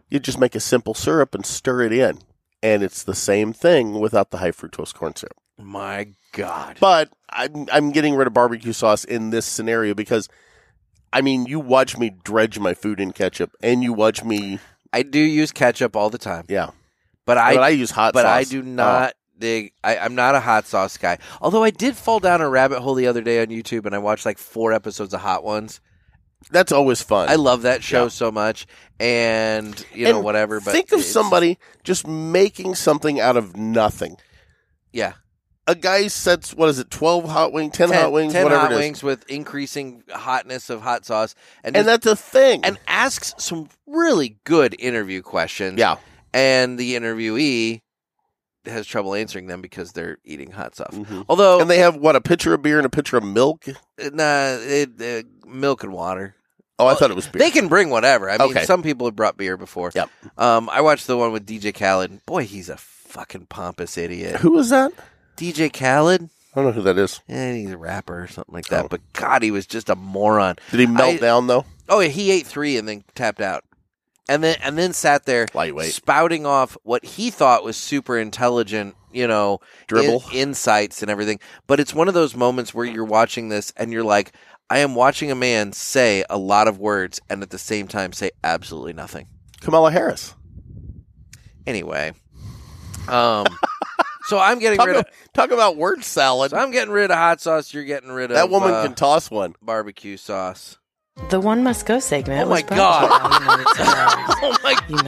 You just make a simple syrup and stir it in, and it's the same thing without the high fructose corn syrup.
My God.
But I'm I'm getting rid of barbecue sauce in this scenario because I mean you watch me dredge my food in ketchup and you watch me
I do use ketchup all the time,
yeah.
but I
but I use hot
but
sauce. Oh.
I do not dig. I, I'm not a hot sauce guy. Although I did fall down a rabbit hole the other day on YouTube, and I watched like four episodes of Hot Ones,
That's always fun.
I love that show so much, and you know
And
whatever. But
think of
it's-
somebody just making something out of nothing.
yeah,
A guy sets what is it, twelve hot wings, ten, hot wings,
10
whatever
hot
it is,
wings with increasing hotness of hot sauce, and
and
just-
that's a thing.
and asks some really good interview questions.
yeah,
and the interviewee has trouble answering them because they're eating hot stuff.
Mhm.
Although,
and they have what a pitcher of beer and a pitcher of milk.
nah, it, uh, milk and water.
Oh, I
Well,
thought it was beer.
They can bring whatever. I mean,
Okay.
some people have brought beer before.
Yep.
Um, I watched the one with DJ Khaled. Boy, he's a fucking pompous idiot.
Who is that?
DJ Khaled?
I don't know who that is.
Eh, he's a rapper or something like that.
Oh.
But God, he was just a moron.
Did he melt
I-
down though?
Oh, yeah, he ate three and then tapped out, and then and then sat there
Lightweight
spouting off what he thought was super intelligent, you know,
dribble.
in- insights and everything. But it's one of those moments where you're watching this and you're like, I am watching a man say a lot of words and at the same time say absolutely nothing.
Kamala Harris.
Anyway, um, so I'm getting
Talk,
rid of
ab- talk about word salad.
so I'm getting rid of hot sauce. You're getting rid of
that woman
uh,
can toss one.
barbecue sauce.
The One Must Go segment
Oh
was
my
brought
God.
to you by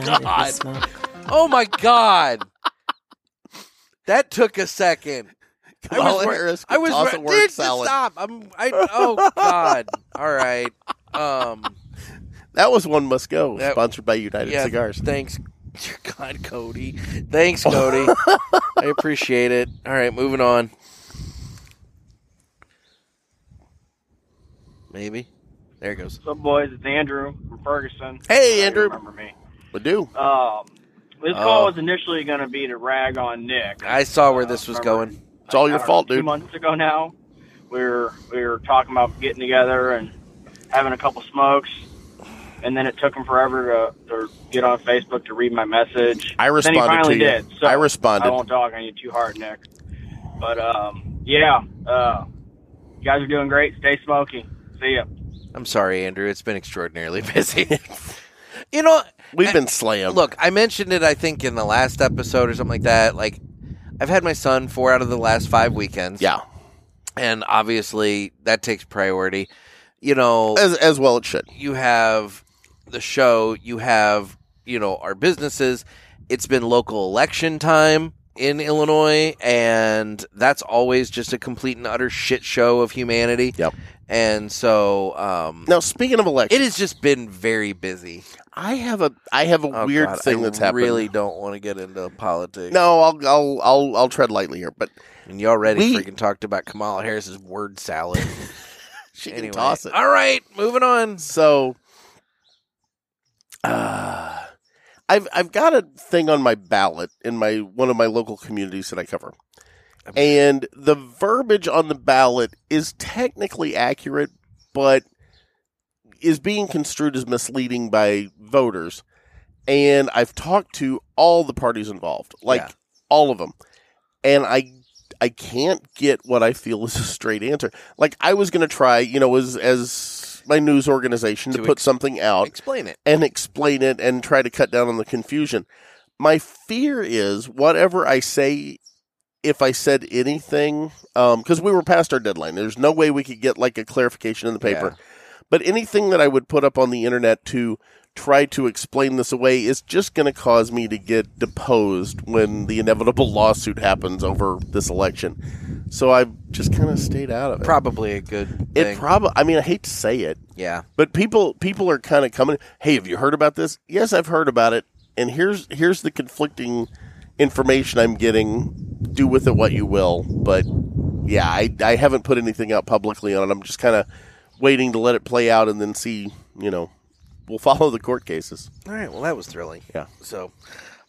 United Cigars.
Oh
United
my God.
we smoke.
Oh my god. That took a second.
Kamala
wor-
Harris can
I was
toss
wor-
a word
Dude, just
salad.
stop. I'm I oh god. All right. Um
That was one must go.
That-
sponsored by United
yeah,
Cigars.
Thanks. God, Cody. Thanks, Cody. I appreciate it. All right, moving on. Maybe. There it goes.
What's up, boys? It's Andrew from Ferguson.
Hey,
Uh,
Andrew. Uh,
You remember me.
We do.
Um, this
Oh.
call was initially going to be to rag on Nick.
I saw where this was
Remember,
going.
It's all your
I don't
fault,
know, Two
dude.
months ago now, we were, we were talking about getting together and having a couple smokes. And then it took him forever to, to get on Facebook to read my message.
I
then he
responded to
finally
you.
did. So
I responded.
I won't dog on you too hard, Nick. But um, yeah, uh, you guys are doing great. Stay smoky. See ya.
I'm sorry, Andrew. It's been extraordinarily busy. you know,
We've been slammed.
Look, I mentioned it, I think, in the last episode or something like that. Like, I've had my son four out of the last five weekends.
yeah,
And obviously, that takes priority. You know,
as as well it should.
you have the show, you have, you know, our businesses. It's been local election time in Illinois, and that's always just a complete and utter shit show of humanity.
Yep.
And so, um,
Now speaking of elections,
it has just been very busy.
I have a I have a
Oh,
weird
God,
thing
I
that's happened.
Really don't want to get into politics.
No, I'll I'll I'll I'll tread lightly here, but
And you already
We-
freaking talked about Kamala Harris's word salad.
she
anyway.
can toss it.
All right, moving on.
So, uh, I've I've got a thing on my ballot in my one of my local communities that I cover, and the verbiage on the ballot is technically accurate, but is being construed as misleading by voters. And I've talked to all the parties involved, like
Yeah.
all of them, and I I can't get what I feel is a straight answer. Like I was going to try, you know, as as my news organization to,
To
put
ex-
something out
Explain it.
and explain it and try to cut down on the confusion. My fear is whatever I say, if I said anything, because we were past our deadline, there's no way we could get like a clarification in the paper. But anything that I would put up on the internet to try to explain this away is just going to cause me to get deposed when the inevitable lawsuit happens over this election. So I've just kind of stayed out of it.
Probably a good thing.
it probably, I mean, I hate to say it,
yeah.
but people people are kind of coming. Hey, have you heard about this? Yes, I've heard about it. And here's here's the conflicting information I'm getting. Do with it what you will. But yeah, I I haven't put anything out publicly on it. I'm just kind of waiting to let it play out and then see. You know, we'll follow the court cases.
All right. Well, that was thrilling.
Yeah.
So,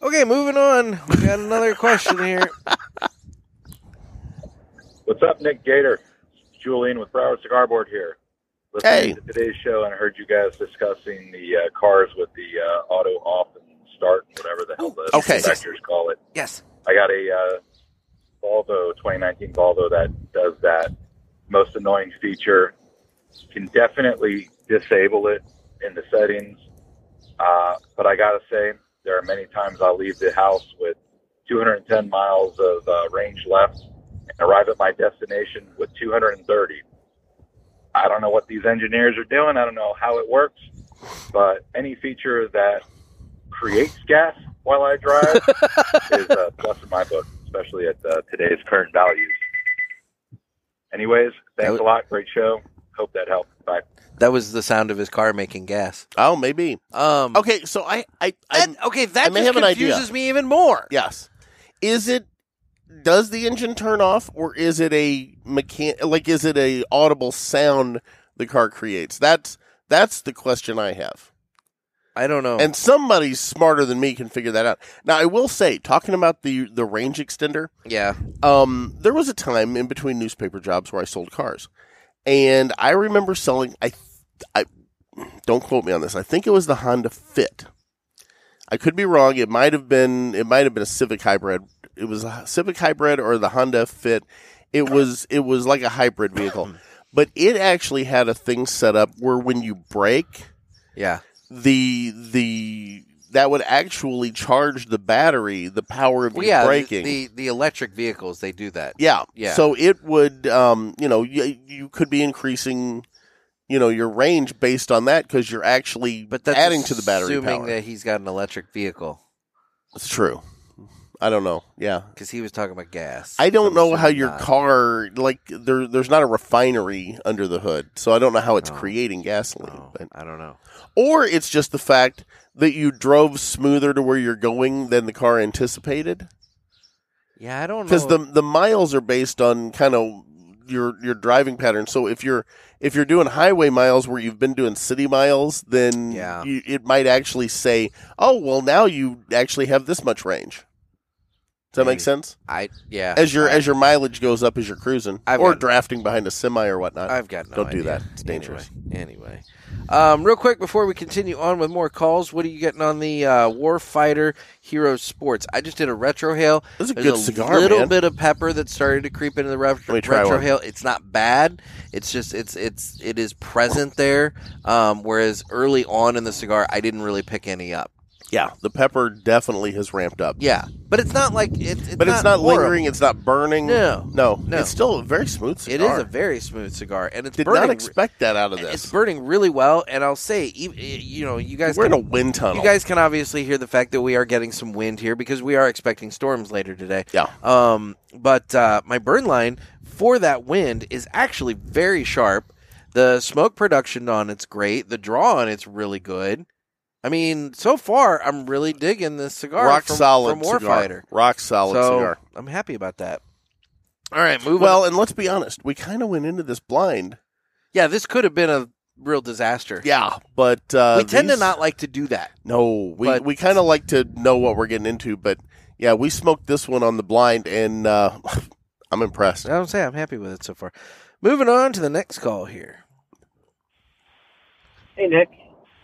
okay, moving on. We got another question here.
What's up, Nick Gator? It's Julian with Broward Cigar Board here. Listening
Hey.
to today's show, and I heard you guys discussing the uh, cars with the uh, auto off and start, whatever the hell the
Okay.
inspectors call it.
Yes.
I got a uh, Volvo 2019 Volvo that does that most annoying feature. Can definitely disable it in the settings, uh, but I gotta say there are many times I leave the house with 210 miles of uh, range left and arrive at my destination with 230. I don't know what these engineers are doing. I don't know how it works, but any feature that creates gas while I drive is a plus in my book, especially at uh, today's current values. Anyways, thanks a lot. Great show. Hope that helped. Bye.
That was the sound of his car making gas.
Oh, maybe.
Um,
okay, so I, I, I
okay, that
I may
just
have an idea.
confuses me even more.
Yes. Is it does the engine turn off or is it a mechan like is it a audible sound the car creates? That's that's the question I have.
I don't know.
And somebody smarter than me can figure that out. Now I will say, talking about the the range extender,
Yeah.
um, there was a time in between newspaper jobs where I sold cars, and I remember selling. I, I don't quote me on this. I think it was the Honda Fit. I could be wrong. It might have been. It might have been a Civic hybrid. It was a Civic hybrid or the Honda Fit. It was. It was like a hybrid vehicle, but it actually had a thing set up where when you brake,
Yeah.
the the that would actually charge the battery, the power of
Well,
your
yeah. the-
braking.
The, the electric vehicles they do that.
Yeah.
Yeah.
So it would, um, you know, you, you could be increasing, you know, your range based on that because you're actually
but that's
adding to the battery
Assuming
power.
that he's got an electric vehicle
It's true. I don't know. Yeah.
because he was talking about gas.
I don't
I'm
know how
assuming
your
not.
car like there. There's not a refinery under the hood, so I don't know how it's creating gasoline. But,
Oh. I don't know.
or it's just the fact that you drove smoother to where you're going than the car anticipated.
Yeah, I don't know.
because the the miles are based on kind of your your driving pattern. So if you're if you're doing highway miles where you've been doing city miles, then
Yeah.
you, it might actually say, "Oh, well, now you actually have this much range." Does that
Maybe.
make sense?
I yeah.
As your
I,
as your mileage goes up as you're cruising
I've
or
got-
drafting behind a semi or whatnot.
I've got no
Don't do
idea.
that. It's dangerous.
Anyway, anyway. Um, real quick before we continue on with more calls, what are you getting on the uh, Warfighter Hero Sports? I just did a retro hail.
This is a
There's
good cigar,
Little
man.
bit of pepper that started to creep into the retro,
Let me try
retro
one.
hail. It's not bad. It's just it's it's it is present there. Um, whereas early on in the cigar, I didn't really pick any up.
Yeah, the pepper definitely has ramped up.
Yeah, but it's not like it, it's
but it's not
horrible.
lingering. It's not burning.
No.
no,
No.
It's still a very smooth.
It
Cigar.
is a very smooth cigar, and it's
Did
burning.
not expect that out of this.
it's burning really well, and I'll say, e- e- you know, you guys
We're in
can-
a wind tunnel.
You guys can obviously hear the fact that we are getting some wind here because we are expecting storms later today.
Yeah.
Um, but uh, my burn line for that wind is actually very sharp. The smoke production on it's great. The draw on it's really good. I mean, so far I'm really digging this cigar.
rock
from,
solid
from
cigar.
Warfighter.
Rock solid
so
cigar.
I'm happy about that. All right, move
Well,
on.
and let's be honest, we kind of went into this blind.
Yeah, this could have been a real disaster.
Yeah, but uh,
we tend to
these-
not like to do that.
No, we
but-
we kind of like to know what we're getting into, but yeah, we smoked this one on the blind, and uh, I'm impressed.
I don't say I'm happy with it so far. Moving on to the next call here.
Hey, Nick.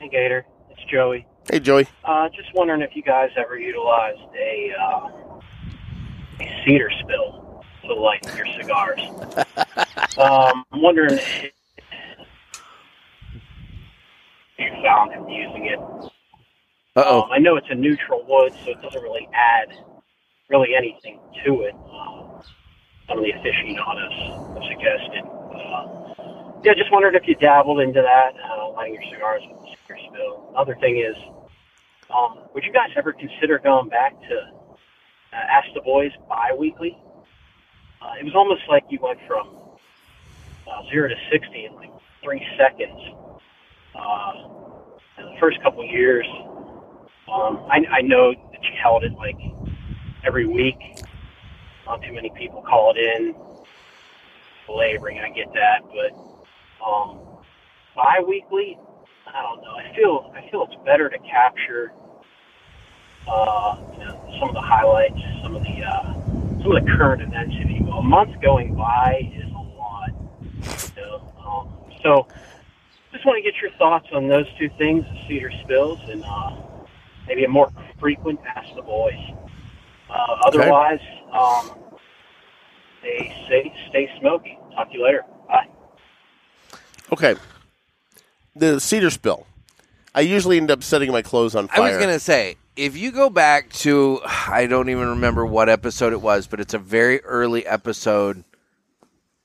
Hey, Gator. It's Joey.
Hey, Joey.
Uh, just wondering if you guys ever utilized a, uh, a cedar spill to light your cigars. um, I'm wondering if you found from using it.
Uh oh.
Um, I know it's a neutral wood, so it doesn't really add really anything to it. Um, Some of the aficionados have suggested. Uh, yeah, just wondered if you dabbled into that, uh, lighting your cigars with a cigar spill. Another thing is, um, would you guys ever consider going back to uh, Ask the Boys bi-weekly? Uh, it was almost like you went from uh, zero to sixty in like three seconds. Uh, in the first couple years, um, I, I know that you held it like every week. Not too many people called in. Laboring, I get that, but um, bi-weekly, I don't know. I feel I feel it's better to capture uh, you know, some of the highlights, some of the uh, some of the current events, if you will. A month going by is a lot. You know? um, so, just want to get your thoughts on those two things: the cedar spills and. Uh, maybe a more frequent ask the boys. Uh, otherwise, um, they say stay smoky. Talk to you later. Bye.
Okay, the cedar spill. I usually end up setting my clothes on
I
fire.
was gonna say if you go back to I don't even remember what episode it was, but it's a very early episode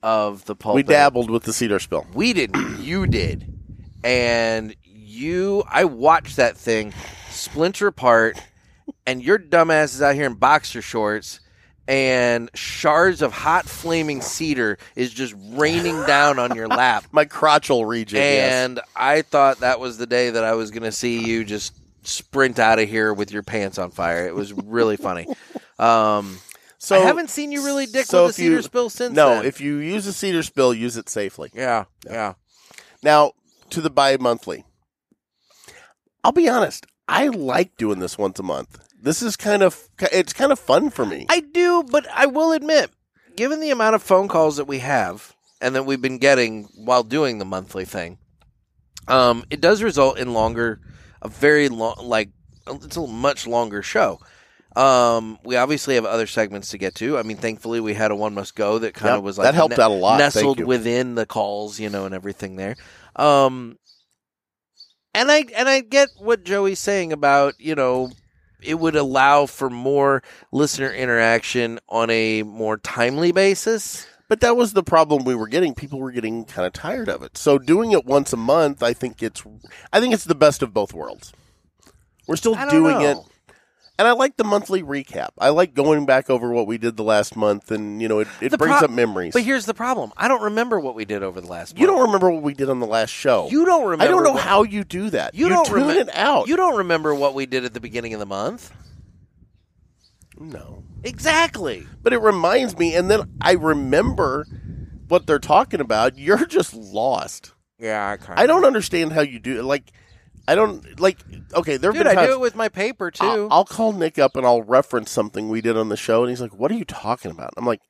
of the
we
pulpit.
dabbled with the cedar spill.
We didn't. You did. And you, I watched that thing splinter apart, and your dumbass is out here in boxer shorts, and shards of hot flaming cedar is just raining down on your lap.
My crotchal region. yes.
And I thought that was the day that I was going to see you just sprint out of here with your pants on fire. It was really funny. Um,
So-
I haven't seen you really dick
so
with a
if you-
cedar spill since
No,
then.
if you use a cedar spill, use it safely.
Yeah, yeah.
Now to the bi-monthly. I'll be honest. I like doing this once a month. This is kind of it's kind of fun for me.
I do, but I will admit, given the amount of phone calls that we have and that we've been getting while doing the monthly thing, um, it does result in longer, a very long, like it's a much longer show. Um, we obviously have other segments to get to. I mean, thankfully we had a one must go that kind of
Yep,
was like
that helped out a lot. Thank
nestled
you.
within the calls, you know, and everything there. Um, and I and I get what Joey's saying about you know it would allow for more listener interaction on a more timely basis.
But that was the problem we were getting. People were getting kind of tired of it. So doing it once a month, I think it's I think it's the best of both worlds. We're still
I don't
doing
know.
it. And I like the monthly recap. I like going back over what we did the last month and you know it, it
The
brings
pro-
up memories.
But here's the problem: I don't remember what we did over the last.
you don't remember what we did on the last show.
You don't remember.
I don't know
what-
how you do that.
You, don't
tune
remember
it out.
You don't remember what we did at the beginning of the month.
No.
Exactly.
But it reminds me and then I remember what they're talking about. You're just lost.
Yeah, I kind
I don't understand how you do it. Like, I don't like. Okay, there have
Dude,
been
I
times
do it with my paper too.
I'll, I'll call Nick up and I'll reference something we did on the show, and he's like, "What are you talking about?" I'm like,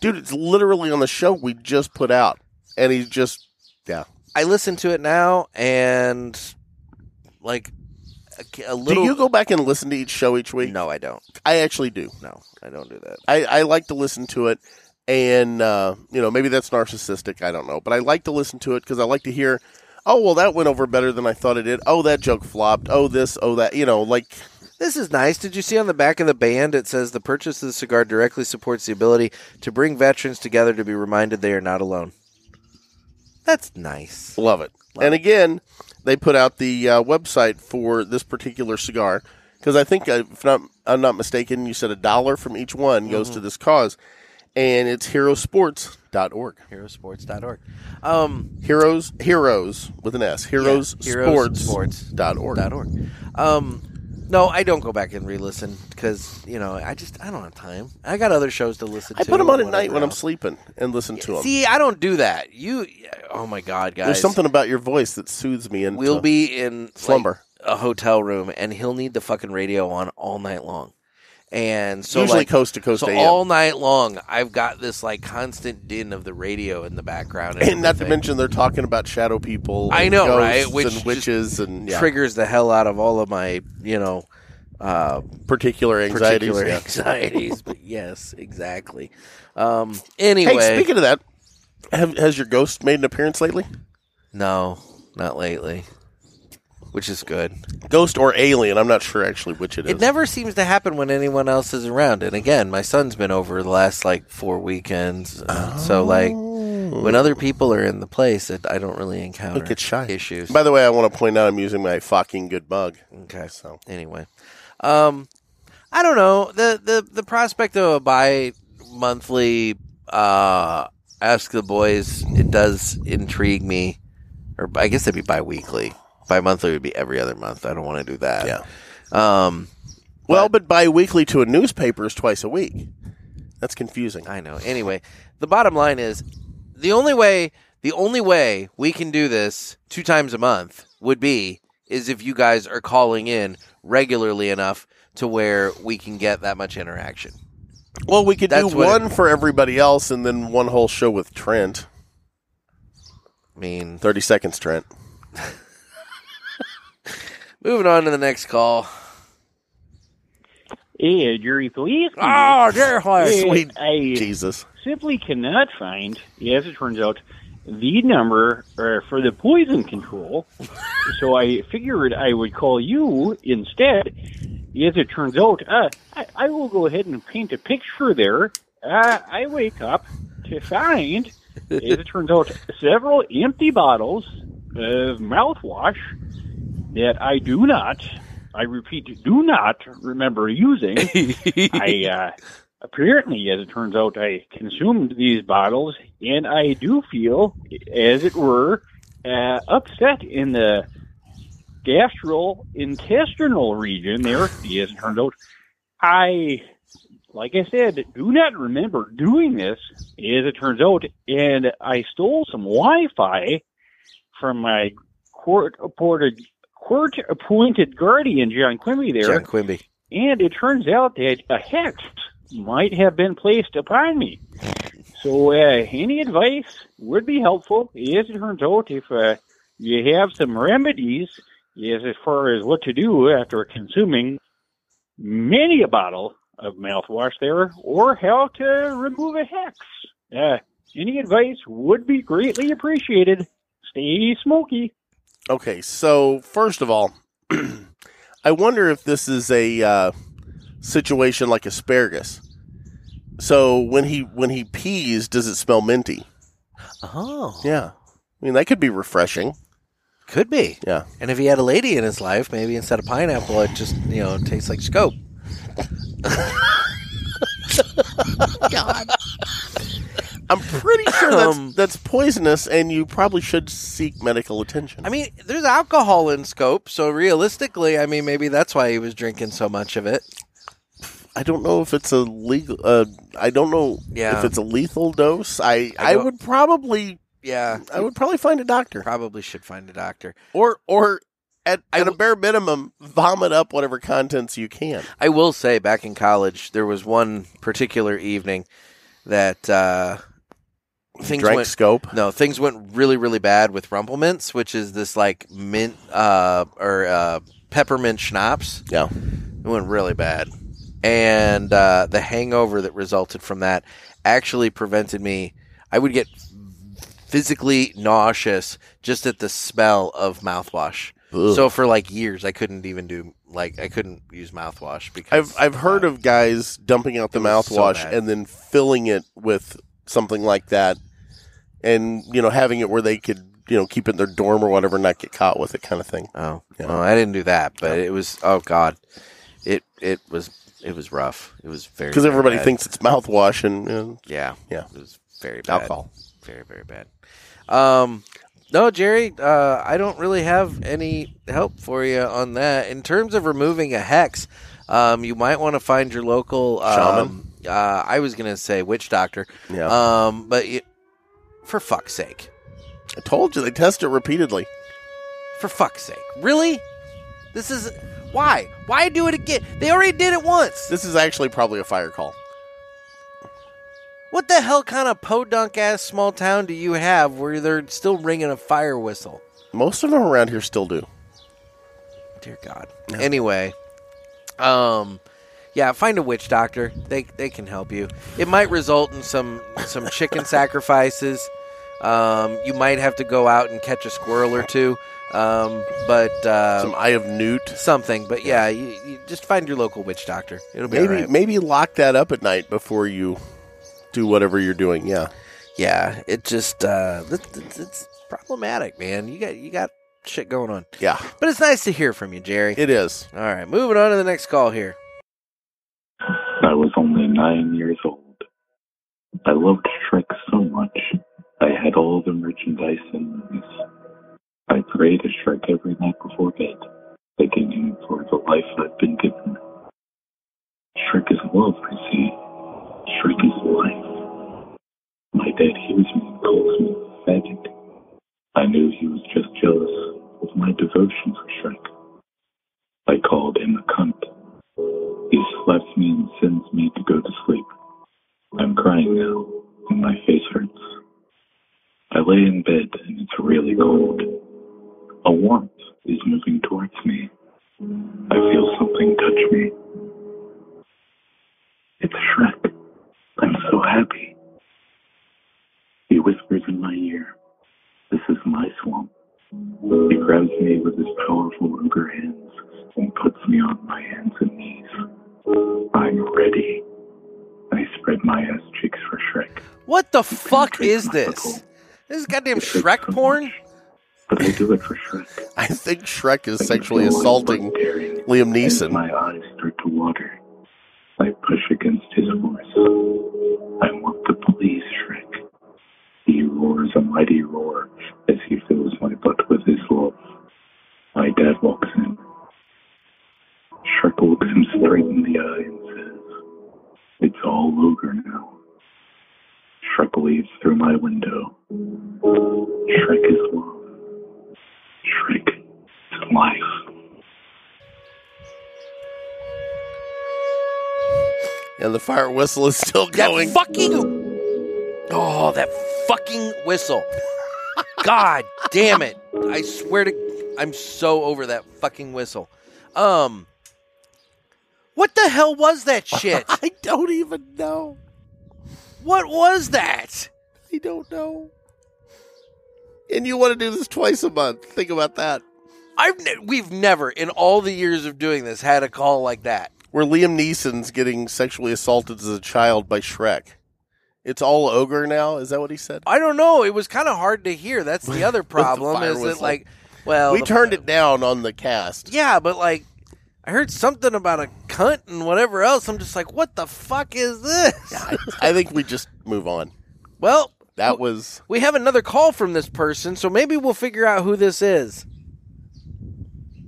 "Dude, it's literally on the show we just put out," and he's just, yeah.
I listen to it now and like a, a little.
Do you go back and listen to each show each week?
No, I don't.
I actually do.
No, I don't do that.
I, I like to listen to it, and uh, you know maybe that's narcissistic. I don't know, but I like to listen to it because I like to hear. Oh well, that went over better than I thought it did. Oh, that joke flopped. Oh, this. Oh, that. You know, like
This is nice. Did you see on the back of the band it says the purchase of the cigar directly supports the ability to bring veterans together to be reminded they are not alone. That's nice.
Love it. and again, they put out the uh, website for this particular cigar because I think, uh, if not, I'm not mistaken, you said a dollar from each one
Mm-hmm.
goes to this cause, and it's heroesports.org.
Heroesports.org. Um,
Heroes, heroes with an S. Heroes sports dot org.
Dot org. Um, no, I don't go back and re-listen because you know I just I don't have time. I got other shows to listen
I
to.
put them on at
and
night when
whatever
I'm sleeping and listen to them.
else. See, I don't do that. You, oh my god, guys,
There's something about your voice that soothes me. And
We'll be in like,
Slumber.
a hotel room, and he'll need the fucking radio on all night long. And so,
Usually
like,
coast to coast
so
AM.
all night long, I've got this like constant din of the radio in the background, and,
and not to
everything.
mention they're talking about shadow people.
I
and
know,
ghosts
right? Which
and
just
witches and yeah.
triggers the hell out of all of my, you know, uh,
particular anxieties.
particular
yeah.
anxieties. but yes, exactly. Um, anyway,
Hey, speaking of that, have, has your ghost made an appearance lately?
no, not lately, which is good.
Ghost or alien? I'm not sure actually which it is.
It never seems to happen when anyone else is around. And again, my son's been over the last like four weekends, uh, so like when other people are in the place, it, I don't really encounter
Look, it's Oh. shy.
issues.
By the way, I want to point out I'm using my fucking good bug.
okay,
So
anyway, um, I don't know the the the prospect of a bi monthly uh, ask the boys. It does intrigue me, or I guess it'd be bi weekly. Bi monthly would be every other month. I don't want to do that.
Yeah.
Um,
well, but bi-weekly to a newspaper is twice a week. That's confusing.
I know. Anyway, the bottom line is the only way the only way we can do this two times a month would be is if you guys are calling in regularly enough to where we can get that much interaction.
Well, we could
That's
do
what it-
one for everybody else, and then one whole show with Trent.
I mean,
Thirty seconds, Trent.
moving on to the next call.
Yeah, Jerry Police.
Oh, dear, why?
Sweet
I
Jesus.
simply cannot find, as it turns out, the number uh, for the poison control. so I figured I would call you instead. As it turns out, uh, I, I will go ahead and paint a picture there. Uh, I wake up to find As it turns out, several empty bottles of mouthwash that I do not, I repeat, do not remember using. I uh, apparently, as it turns out, I consumed these bottles, and I do feel, as it were, uh, upset in the gastrointestinal region. There, as it turns out, I like I said, do not remember doing this, as it turns out, and I stole some Wi-Fi from my court-appointed court-appointed guardian, John Quimby. There,
John Quimby.
and it turns out that a hex might have been placed upon me. So, uh, any advice would be helpful. As it turns out, if uh, you have some remedies, yes, as far as what to do after consuming many a bottle of mouthwash there, or how to remove a hex. Uh, any advice would be greatly appreciated. Stay smoky.
Okay, so first of all, I wonder if this is a uh, situation like asparagus. So when he when he pees, does it smell minty?
Oh,
yeah. I mean, that could be refreshing.
Could be.
Yeah.
And if he had a lady in his life, maybe instead of pineapple, it just you know tastes like scope.
God. I'm pretty sure
Um,
that's, that's poisonous, and you probably should seek medical attention.
I mean, there's alcohol in scope, so realistically, I mean, maybe that's why he was drinking so much of it.
I don't know if it's a legal. Uh, I don't know
Yeah.
if it's a lethal dose. I
I
I,
don't-
would probably
Yeah,
I would probably find a doctor
probably should find a doctor.
or or at, at a bare minimum vomit up whatever contents you can.
I will say, back in college, there was one particular evening that uh, things
Drank
went
scope?
No, things went really, really bad with Rumplemint's, which is this like mint uh, or uh, peppermint schnapps.
Yeah,
it went really bad, and uh, the hangover that resulted from that actually prevented me. I would get physically nauseous just at the smell of mouthwash.
Ugh.
So for like years, I couldn't even do like I couldn't use mouthwash because
I've I've heard of guys dumping out the
was so
mouthwash
bad.
and then filling it with something like that, and you know having it where they could you know keep it in their dorm or whatever, and not get caught with it, kind of thing.
Oh, well, I didn't do that, but it was oh god, it it was it was rough. It was very
Because
very
everybody
bad.
thinks it's mouthwash, and you know,
yeah
yeah,
it was very bad.
Alcohol.
very very bad. Um, no, Jerry, uh, I don't really have any help for you on that. In terms of removing a hex, um, you might want to find your local um, Uh, I was gonna say witch doctor.
Yeah.
Um, but you, for fuck's sake,
I told you they test it repeatedly.
for fuck's sake, really? This is why? Why do it again? They already did it once.
This is actually probably a fire call.
What the hell kind of podunk ass small town do you have where they're still ringing a fire whistle?
Most of them around here still do.
Dear God. Anyway, um, yeah, find a witch doctor. They they can help you. It might result in some some chicken sacrifices. Um, you might have to go out and catch a squirrel or two. Um, but uh,
Some eye of newt.
something. But yeah, you, you just find your local witch doctor. It'll be
Maybe
all right.
maybe lock that up at night before you do whatever you're doing. Yeah.
Yeah, it just uh, it's, it's, it's problematic, man. You got you got shit going on.
Yeah.
But it's nice to hear from you, Jerry.
It is.
All right, moving on to the next call here.
I was only nine years old. I loved Shrek so much. I had all the merchandise and movies. I prayed to Shrek every night before bed, thanking him for the life I've been given. Shrek is love, I see. Shrek is life. My dad hears me and calls me a faggot. I knew he was just jealous of my devotion for Shrek. I called him a cunt. He slaps me and sends me to go to sleep. I'm crying now, and my face hurts. I lay in bed, and it's really cold. A warmth is moving towards me. I feel something touch me. It's Shrek. I'm so happy. He whispers in my ear, This is my swamp. He grabs me with his powerful ogre hands and puts me on my hands and knees. I'm ready. I spread my ass cheeks for Shrek.
What the fuck is this? This is goddamn Shrek porn.
But I do it for Shrek.
I think Shrek is sexually assaulting Liam Neeson.
My eyes start to water. I push against his horse. I want the police, Shrek. He roars a mighty roar as he fills my butt with his love. My dad walks in. Shrek looks him straight in the eye and says, It's all over now. Shrek leaves through my window. Shrek is love. Shrek is life.
And the fire whistle is still
That
going.
fucking oh, that fucking whistle. God damn it! I swear to, I'm so over that fucking whistle. Um, what the hell was that shit?
I don't even know.
What was that?
I don't know. And you want to do this twice a month. Think about that.
I've ne- we've never in all the years of doing this had a call like that.
Where Liam Neeson's getting sexually assaulted as a child by Shrek. It's all ogre now. Is that what he said?
I don't know. It was kind of hard to hear. That's the other
With the
problem.
fire
is that
whistle.
like, well,
we
the-
turned it down on the cast.
Yeah, but like, I heard something about a cunt and whatever else. I'm just like, what the fuck is this?
I think we just move on.
Well,
That was
we have another call from this person, so maybe we'll figure out who this is.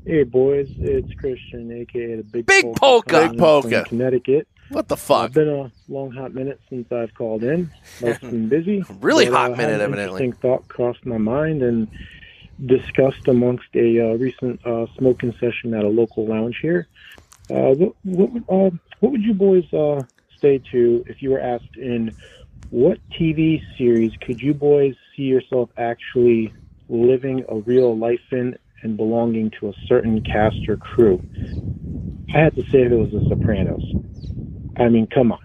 Hey boys, it's Christian, aka the Big
Big Polka.
Big Polka.
from Connecticut.
what the
It's
fuck.
been a long hot minute since I've called in. I've been busy.
Really
but, uh,
hot
had
minute,
an
evidently.
Interesting thought crossed my mind and discussed amongst a uh, recent uh, smoking session at a local lounge here. Uh, what, what, would, uh, what would you boys uh, say to if you were asked in what TV series could you boys see yourself actually living a real life in and belonging to a certain cast or crew? I had to say it was The Sopranos. I mean, come on.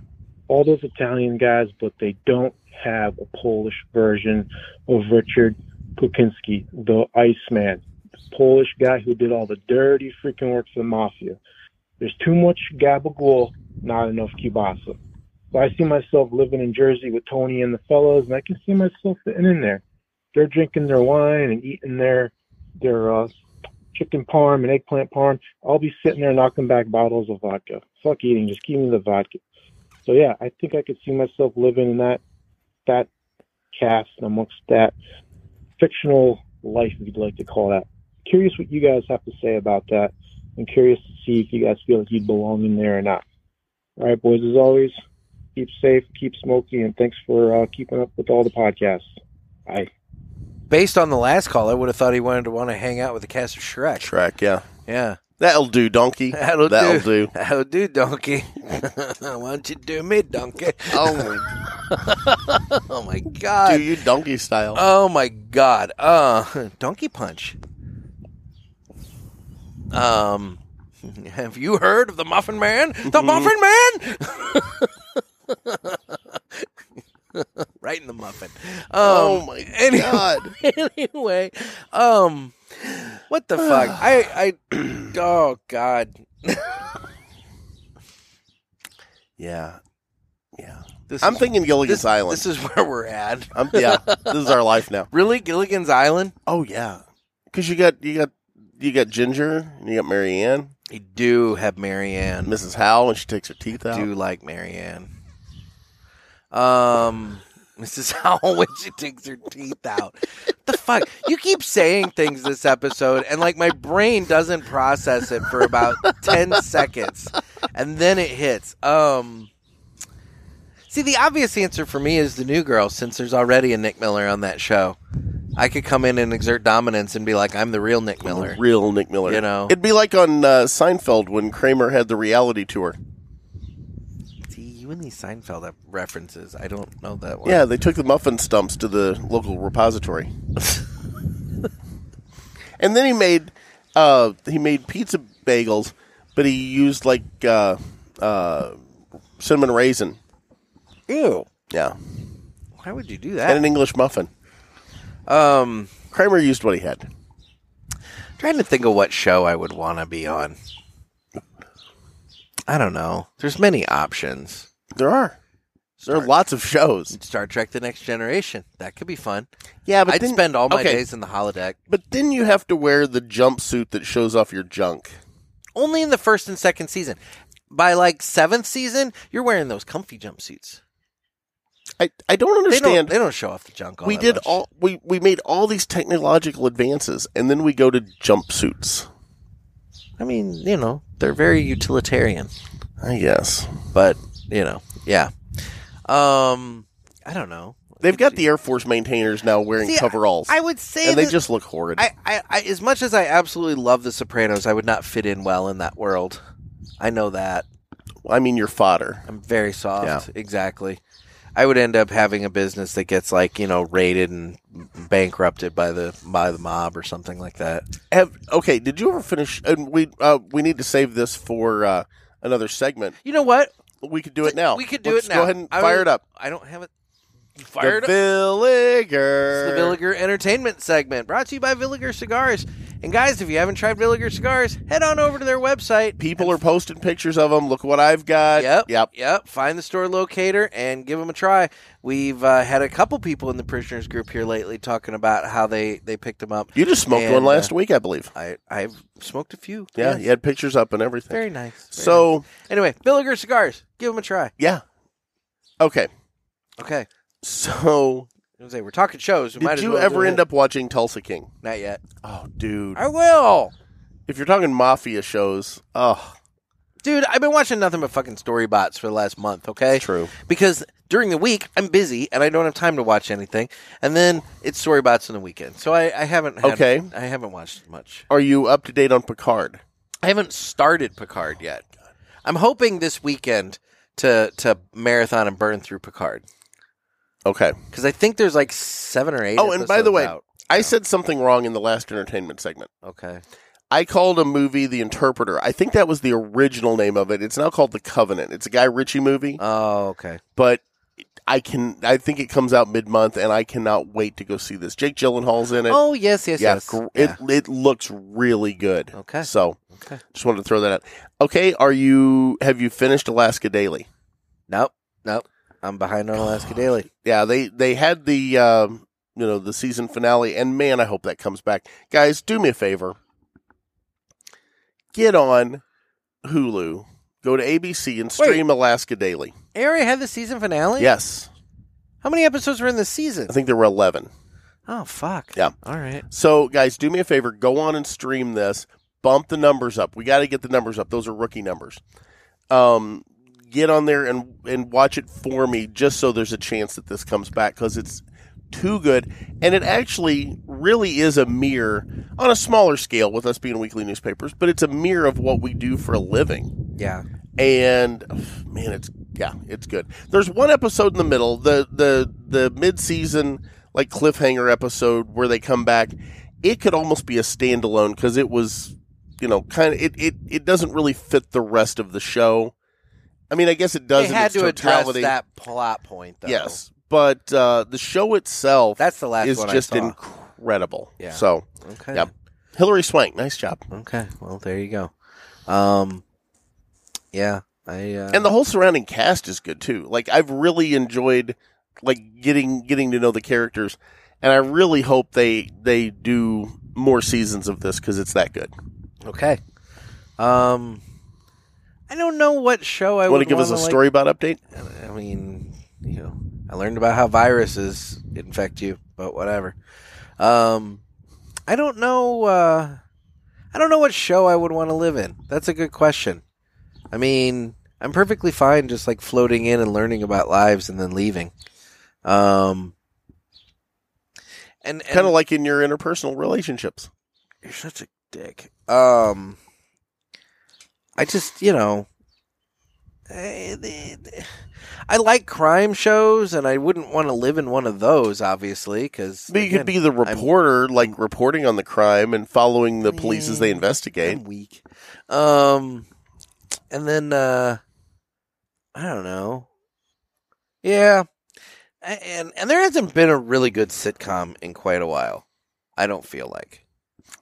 All those Italian guys, but they don't have a Polish version of Richard Kukinski, the Iceman, Polish guy who did all the dirty freaking work for the mafia. There's too much gabagool, not enough kibasa. So I see myself living in Jersey with Tony and the fellows, and I can see myself sitting in there. They're drinking their wine and eating their their uh, chicken parm and eggplant parm. I'll be sitting there knocking back bottles of vodka. Fuck eating, just give me the vodka. So yeah, I think I could see myself living in that that cast amongst that fictional life, if you'd like to call that. Curious what you guys have to say about that. I'm curious to see if you guys feel like you'd belong in there or not. All right, boys, as always, keep safe, keep smoking, and thanks for uh, keeping up with all the podcasts. Bye.
Based on the last call, I would have thought he wanted to want to hang out with the cast of Shrek.
Shrek, yeah.
Yeah.
That'll do, donkey.
That'll,
That'll
do.
do.
That'll do, donkey. Why don't you do me, donkey?
Oh,
oh my god.
do you donkey style.
Oh my god. Uh Donkey Punch. Um have you heard of the Muffin Man? The
Mm-hmm.
Muffin Man Right in the muffin. Um,
Oh my God.
Anyway, um what the fuck? I I oh god.
yeah.
This
I'm
is-
thinking Gilligan's
this-
Island.
This is where we're at.
I'm, yeah, this is our life now.
Really Gilligan's Island?
Oh yeah, because you got you got you got Ginger and you got Marianne,
You do have Marianne.
Mrs. Howell, and she takes her teeth out.
do like Marianne. Um, Mrs. Howell when she takes her teeth out. the fuck? You keep saying things this episode, and like my brain doesn't process it for about ten seconds, and then it hits. Um, see, the obvious answer for me is the new girl, since there's already a Nick Miller on that show. I could come in and exert dominance and be like, I'm the real Nick Miller.
Real Nick Miller.
You know.
it'd be like on uh, Seinfeld when Kramer had the reality tour.
See, you and these Seinfeld references, I don't know that one.
Yeah, they took the muffin stumps to the local repository, and then he made uh, he made pizza bagels, but he used like uh, uh, cinnamon raisin.
Ew.
Yeah,
Why would you do
and
that?
an English muffin.
Um,
Kramer used what he had.
trying to think of what show I would want to be on. I don't know. There's many options.
There are. There are lots of shows.
Star Trek: The Next Generation. That could be fun.
Yeah, but
I'd
then-
spend all my
okay.
days in the holodeck.
But then you have to wear the jumpsuit that shows off your junk.
Only in the first and second season. By like seventh season, you're wearing those comfy jumpsuits.
I I don't
They don't,
understand.
they don't show off the junk. All
we
that
did
much.
all we we made all these technological advances, and then we go to jumpsuits.
I mean, you know, they're very utilitarian.
I guess,
but you know, yeah. Um, I don't know.
They've got the Air Force maintainers now wearing
See, I-
coveralls.
I would say
and they
that-
just look horrid.
I, I, I, as much as I absolutely love The Sopranos, I would not fit in well in that world. I know that.
I mean, you're fodder.
I'm very soft. Exactly. I would end up having a business that gets like you know raided and bankrupted by the by the mob or something like that.
Have, okay, did you ever finish? And we uh, we need to save this for uh, another segment.
You know what?
We could do it now.
We could do
Let's
it now.
Go ahead and
I
fire
would-
it up.
I don't have it
the
fired up.
Villiger.
It's the Villiger Entertainment segment brought to you by Villiger Cigars. And guys, if you haven't tried Villiger Cigars, head on over to their website.
People are posting pictures of them. Look what I've got.
Yep.
Yep.
Yep. Find the store locator and give them a try. We've uh, had a couple people in the prisoners group here lately talking about how they, they picked them up.
You just smoked
And,
one last
uh,
week, I believe.
I, I've smoked a few.
Yeah,
yes.
you had pictures up and everything.
Very nice. very
so,
nice. anyway, Villiger Cigars, give them a try.
yeah. Okay.
Okay.
So,
Jose, we're talking shows. We might
did
as
you
well do
ever
it.
end up watching Tulsa King?
Not yet.
Oh, dude.
I will.
If you're talking mafia shows, oh,
Dude, I've been watching nothing but fucking storybots for the last month, okay?
true.
Because during the week I'm busy and I don't have time to watch anything. And then it's storybots on the weekend. So I, I haven't had,
Okay.
I haven't watched much.
Are you up to date on Picard?
I haven't started Picard yet. I'm hoping this weekend to to marathon and burn through Picard.
Okay.
Because I think there's like seven or eight.
Oh, and by the
episodes
way,
out.
I said something wrong in the last entertainment segment.
Okay.
I called a movie The Interpreter. I think that was the original name of it. It's now called The Covenant. It's a Guy Ritchie movie,
Oh, okay.
but I can I think it comes out mid month, and I cannot wait to go see this. Jake Gyllenhaal's in it.
oh yes, yes,
yeah,
yes.
gr-
yeah.
it it looks really good.
Okay.
so
Okay.
just wanted to throw that out. Okay, are you have you finished Alaska Daily?
Nope. Nope. I'm behind on Alaska Daily.
Yeah, they they had the um, you know the season finale, and man, I hope that comes back. Guys, do me a favor, get on Hulu, go to ABC, and stream Alaska Daily.
They already had the season finale?
Yes,
How many episodes were in the season?
I think there were eleven.
Oh fuck.
Yeah.
All right.
So, guys, do me a favor, go on and stream this. Bump the numbers up. We got to get the numbers up. Those are rookie numbers. Um, get on there and and watch it for me, just so there's a chance that this comes back because it's too good, and it actually really is a mirror on a smaller scale with us being weekly newspapers, but it's a mirror of what we do for a living.
Yeah.
And ugh, man, it's yeah, it's good. There's one episode in the middle, the the the mid season like cliffhanger episode where they come back. It could almost be a standalone because it was, you know, kind of it, it it doesn't really fit the rest of the show. I mean, I guess it does.
They
in
had
its
to
totality.
address that plot point though.
Yes, but uh, the show itself
That's the last
is
one I
just
saw.
incredible.
Yeah.
So
Okay.
yeah, Hillary Swank, nice job.
Okay. Well, there you go. Um yeah, I uh,
and the whole surrounding cast is good too. Like I've really enjoyed like getting getting to know the characters, and I really hope they they do more seasons of this because it's that good.
Okay. Um I don't know what show I
Want to
would
give us a
wanna, like-
story about update?
I mean, you know, I learned about how viruses infect you, but whatever. Um, I don't know. Uh, I don't know what show I would want to live in. That's a good question. I mean, I'm perfectly fine just like floating in and learning about lives and then leaving. Um, and, and
Kind of like in your interpersonal relationships.
you're such a dick. Um, I just, you know, eh, eh, eh, I like crime shows, and I wouldn't want to live in one of those, obviously, because
But you could be the reporter, like reporting on the crime and following the police as they investigate.
I'm weak. Um, and then uh, I don't know. Yeah, A- and and there hasn't been a really good sitcom in quite a while. I don't feel like.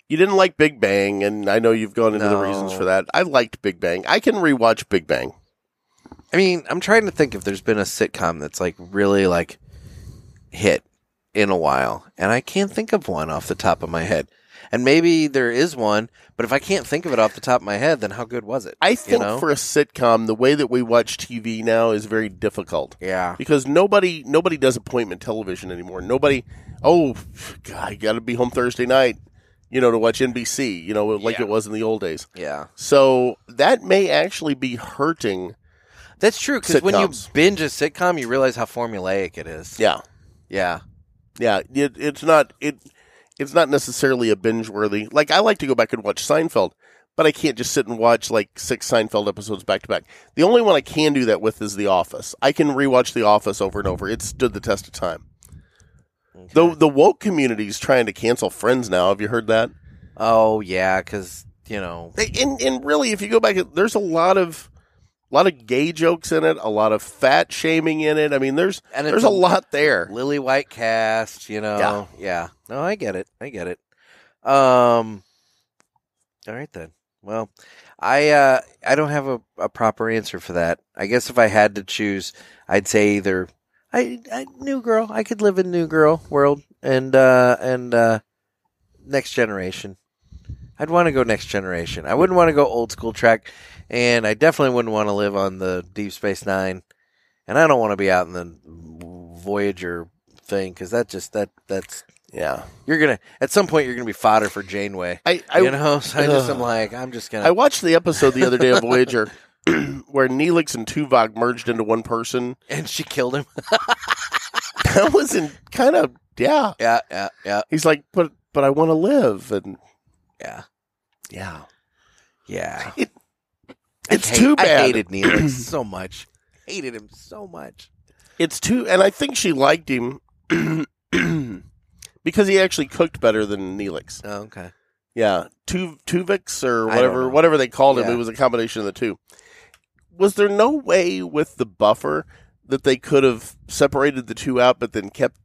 You didn't like Big Bang, and I know you've gone into the
No.
reasons for that. I liked Big Bang. I can rewatch Big Bang.
I mean, I'm trying to think if there's been a sitcom that's like really like hit in a while, and I can't think of one off the top of my head. And maybe there is one, but if I can't think of it off the top of my head, then how good was it?
I think for a sitcom, the way that we watch TV now is very difficult.
Yeah.
Because nobody nobody does appointment television anymore. Nobody, oh, God, you got to be home Thursday night, you know, to watch NBC, you know, like it was in the old days.
Yeah.
So that may actually be hurting.
That's true because when you
Sitcoms.
binge a sitcom, you realize how formulaic it is.
Yeah.
Yeah.
Yeah, it, it's not it it's not necessarily a binge worthy. Like I like to go back and watch Seinfeld, but I can't just sit and watch like six Seinfeld episodes back to back. The only one I can do that with is The Office. I can rewatch The Office over and over. It stood the test of time. The the woke community is trying to cancel Friends now. Have you heard that?
Oh yeah, because you know.
And and really, if you go back, there's a lot of a lot of gay jokes in it, a lot of fat shaming in it. I mean, there's
And it's
there's a
a-
lot there.
Lily White cast, you know. Yeah. No, I get it. I get it. Um All right then. Well, I uh I don't have a, a proper answer for that. I guess if I had to choose, I'd say either I, I New Girl. I could live in New Girl world and uh and uh Next Generation. I'd want to go Next Generation. I wouldn't want to go old school track and I definitely wouldn't want to live on the Deep Space 9 and I don't want to be out in the Voyager thing because that just that that's
yeah.
You're gonna at some point you're gonna be fodder for Janeway.
I, I
you know so I just
Ugh.
am like I'm just gonna
I watched the episode the other day of Voyager where Neelix and Tuvok merged into one person,
and she killed him.
that was in kind of yeah,
yeah, yeah, yeah.
He's like, but but I want to live, and
yeah,
yeah,
yeah. I
it's
hate-
too bad.
I hated Neelix so much. Hated him so much.
it's too, and I think she liked him because he actually cooked better than Neelix.
Oh, okay.
Yeah, Tu- Tuvix or
I don't know.
whatever whatever they called him.
Yeah.
It was a combination of the two. Was there no way with the buffer that they could have separated the two out, but then kept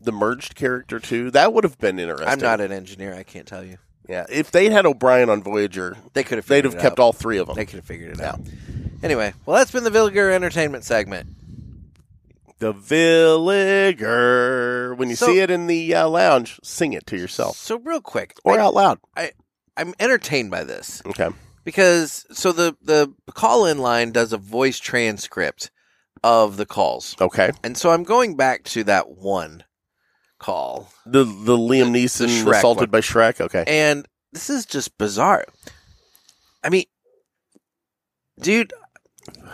the merged character too? That would have been interesting.
I'm not an engineer. I can't tell you.
Yeah, if they had O'Brien on Voyager,
they could have.
They'd
figured
have
it
kept
out.
all three of them.
They could have figured it out. Anyway, well, that's been the Villiger Entertainment segment.
The Villiger. Er, When you
So-
see it in the uh, lounge, sing it to yourself
So real quick,
or
I-
out loud.
I I'm entertained by this.
Okay.
because so the the call in line does a voice transcript of the calls.
Okay.
And so I'm going back to that one call.
The the Liam Neeson
Shrek
assaulted
one.
by Shrek. Okay.
And this is just bizarre. I mean, dude,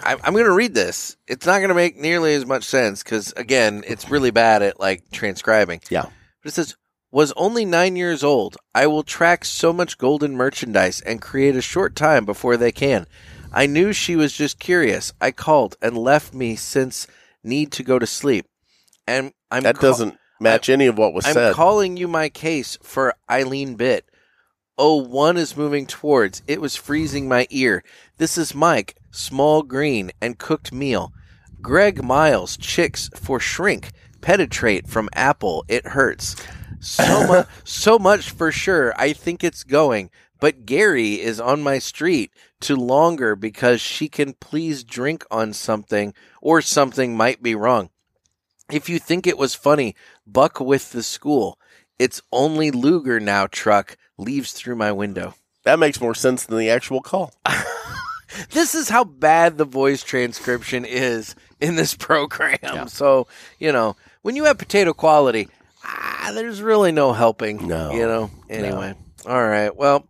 I, I'm going to read this. It's not going to make nearly as much sense because, again, it's really bad at like transcribing.
Yeah.
But it says, was only nine years old. I will track so much golden merchandise and create a short time before they can. I knew she was just curious. I called and left me since need to go to sleep. And I'm
that
call-
doesn't match any of what was
I'm
said.
calling you my case for Eileen Bit. Oh, one is moving towards. It was freezing my ear. This is Mike, small green and cooked meal. Greg Miles, chicks for shrink. Penetrate from Apple. It hurts. So much, so much for sure. I think it's going. But Gary is on my street to longer because she can please drink on something or something might be wrong. If you think it was funny, buck with the school. It's only Luger now, truck, leaves through my window.
that makes more sense than the actual call.
This is how bad the voice transcription is in this program. So, you know, when you have potato quality, ah, there's really no helping.
No.
You know, anyway. All right. Well,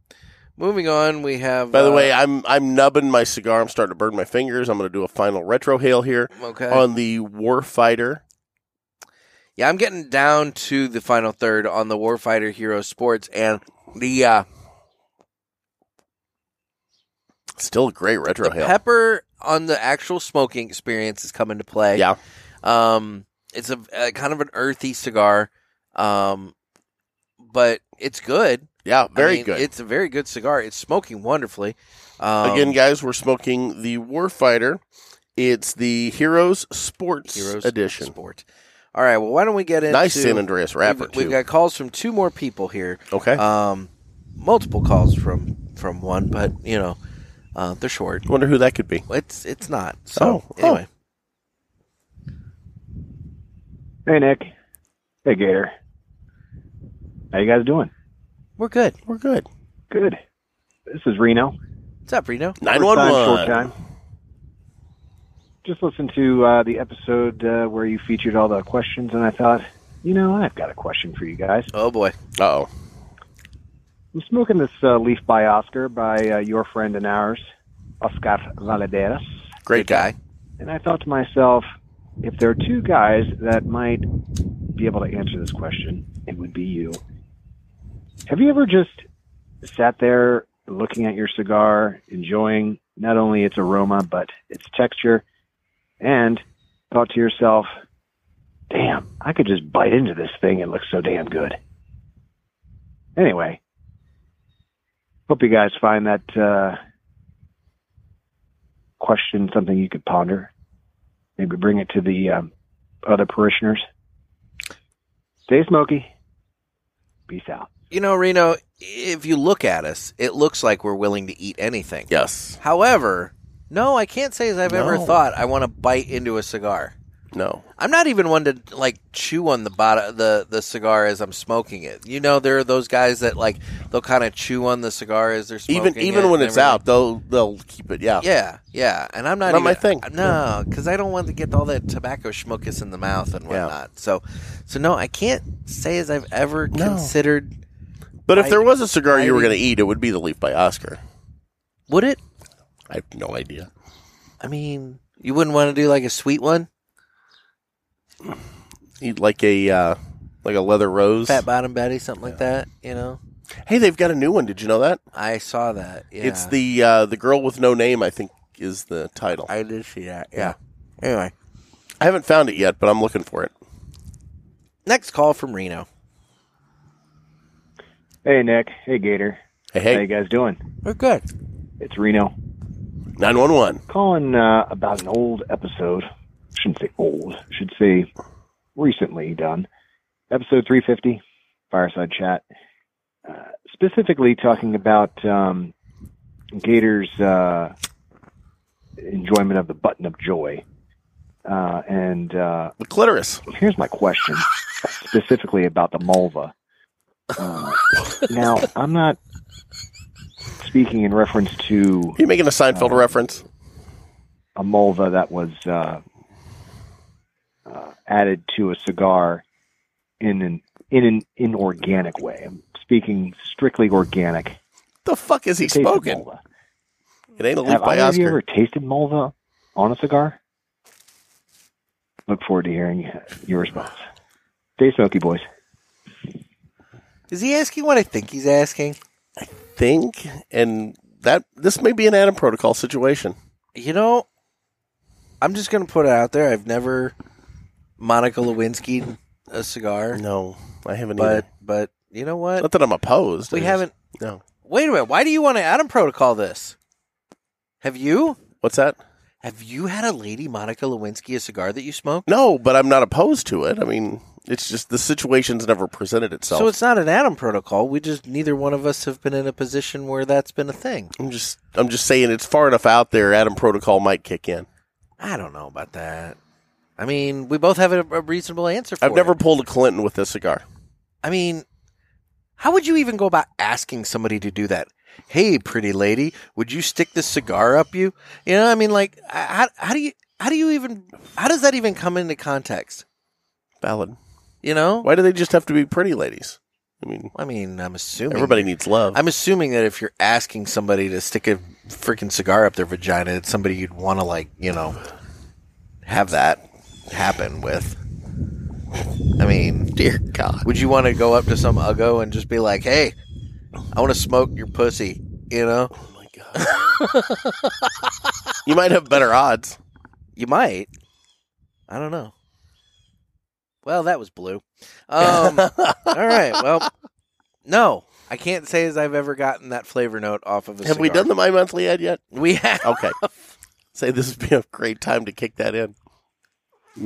moving on, we have.
By the
uh,
way, I'm I'm nubbing my cigar. I'm starting to burn my fingers. I'm going to do a final retro hail here
Okay.
on the Warfighter.
Yeah, I'm getting down to the final third on the Warfighter Hero Sports and the uh,
Still a great retro hail.
pepper on the actual smoking experience is coming to play.
Yeah.
Um, it's a, a kind of an earthy cigar, um, but it's good.
yeah,
I
very
mean,
good.
It's a very good cigar. It's smoking wonderfully. Um,
Again, guys, we're smoking the Warfighter. It's the Heroes Sports
Heroes
Edition.
Sport. All right. Well, why don't we get into
Nice San Andreas wrapper,
We've, we've
too.
got calls from two more people here.
Okay.
Um, multiple calls from from one, but you know, Uh, they're short.
Wonder who that could be.
It's it's not.
Oh,
So anyway,
Hey, Nick. Hey, Gator. How you guys doing?
we're good.
We're good.
Good. This is Reno.
What's up, Reno?
First time, short time. Just listened to uh, the episode uh, where you featured all the questions, and I thought, you know, I've got a question for you guys.
Oh boy.
Uh oh.
I'm smoking this uh, leaf by Oscar by uh, your friend and ours, Oscar Valadares.
Great guy.
And I thought to myself, if there are two guys that might be able to answer this question, it would be you. Have you ever just sat there looking at your cigar, enjoying not only its aroma, but its texture, and thought to yourself, damn, I could just bite into this thing. It looks so damn good. Anyway, hope you guys find that uh, question something you could ponder. Maybe bring it to the um, other parishioners. Stay smoky. Peace out.
You know, Reno, if you look at us, it looks like we're willing to eat anything.
Yes.
However, no, I can't say as I've ever
No.
thought I want to bite into a cigar.
No.
I'm not even one to like chew on the bottom the the cigar as I'm smoking it. You know, there are those guys that like they'll kind of chew on the cigar as they're smoking
Even
it
even when
and
it's out, they'll they'll keep it. Yeah.
Yeah, yeah, and I'm not
Not
even,
my thing.
No, because I don't want to get all that tobacco schmuckus in the mouth and whatnot. So, so no, I can't say as I've ever considered.
But if there was a cigar you were
biting-
going to eat, it would be the Leaf by Oscar.
Would it?
I have no idea.
I mean, you wouldn't want to do like a sweet one,
Eat like a uh, like a leather rose.
fat bottom Betty, something like that. You know,
Hey, they've got a new one. Did you know that?
I saw that. Yeah.
It's the uh, the girl with no name. I think is the title.
I did see that. Yeah. Anyway,
I haven't found it yet, but I'm looking for it.
next call from Reno.
Hey, Nick. Hey, Gator.
Hey, hey.
How you guys doing?
We're good.
It's Reno.
911.
Calling uh, about an old episode. Shouldn't say old. Should say recently done. Episode 350, Fireside Chat. Uh, specifically talking about um, Gator's uh, enjoyment of the button of joy. Uh, and uh,
the clitoris.
Here's my question, specifically about the mulva. Uh, now, I'm not speaking in reference to.
Are you making a Seinfeld
uh,
reference?
A mulva that was uh, uh, added to a cigar in an in an inorganic way. I'm speaking strictly organic.
The fuck is he
Tasted
smoking?
mulva.
It ain't a leaf
Have
by
either of you ever
Oscar.
tasted mulva on a cigar? Look forward to hearing your response. Stay smoky, boys.
Is he asking what I think he's asking?
Think and that this may be an Adam Protocol situation.
You know, I'm just gonna put it out there. I've never Monica Lewinsky a cigar.
No, I haven't
But
either.
but you know what?
Not that I'm opposed.
we
I just-
haven't.
No.
Wait a minute. Why do you want to Adam protocol this? Have you?
What's that?
Have you had a lady Monica Lewinsky a cigar that you smoked?
No, but I'm not opposed to it. I mean, it's just the situation's never presented itself.
So it's not an Adam protocol. We just neither one of us have been in a position where that's been a thing.
I'm just I'm just saying it's far enough out there. Adam Protocol might kick in.
I don't know about that. I mean, we both have a, a reasonable answer for
I've never
it.
pulled a Clinton with this cigar.
I mean, how would you even go about asking somebody to do that? Hey, pretty lady, would you stick this cigar up you? You know, I mean, like, I- how, how do you how do you even how does that even come into context?
Valid.
You know,
Why do they just have to be pretty ladies? I mean,
I mean, I'm assuming
everybody needs love.
I'm assuming that if you're asking somebody to stick a freaking cigar up their vagina, it's somebody you'd want to like, you know, have that happen with. I mean,
dear God,
would you want to go up to some uggo and just be like, "Hey, I want to smoke your pussy," you know?
Oh you might have better odds.
You might. I don't know. Well, that was blue. Um, all right. Well, no, I can't say as I've ever gotten that flavor note off of a.
Have we
cigar.
done the my monthly ad yet?
We have.
Okay. Say this would be a great time to kick that in.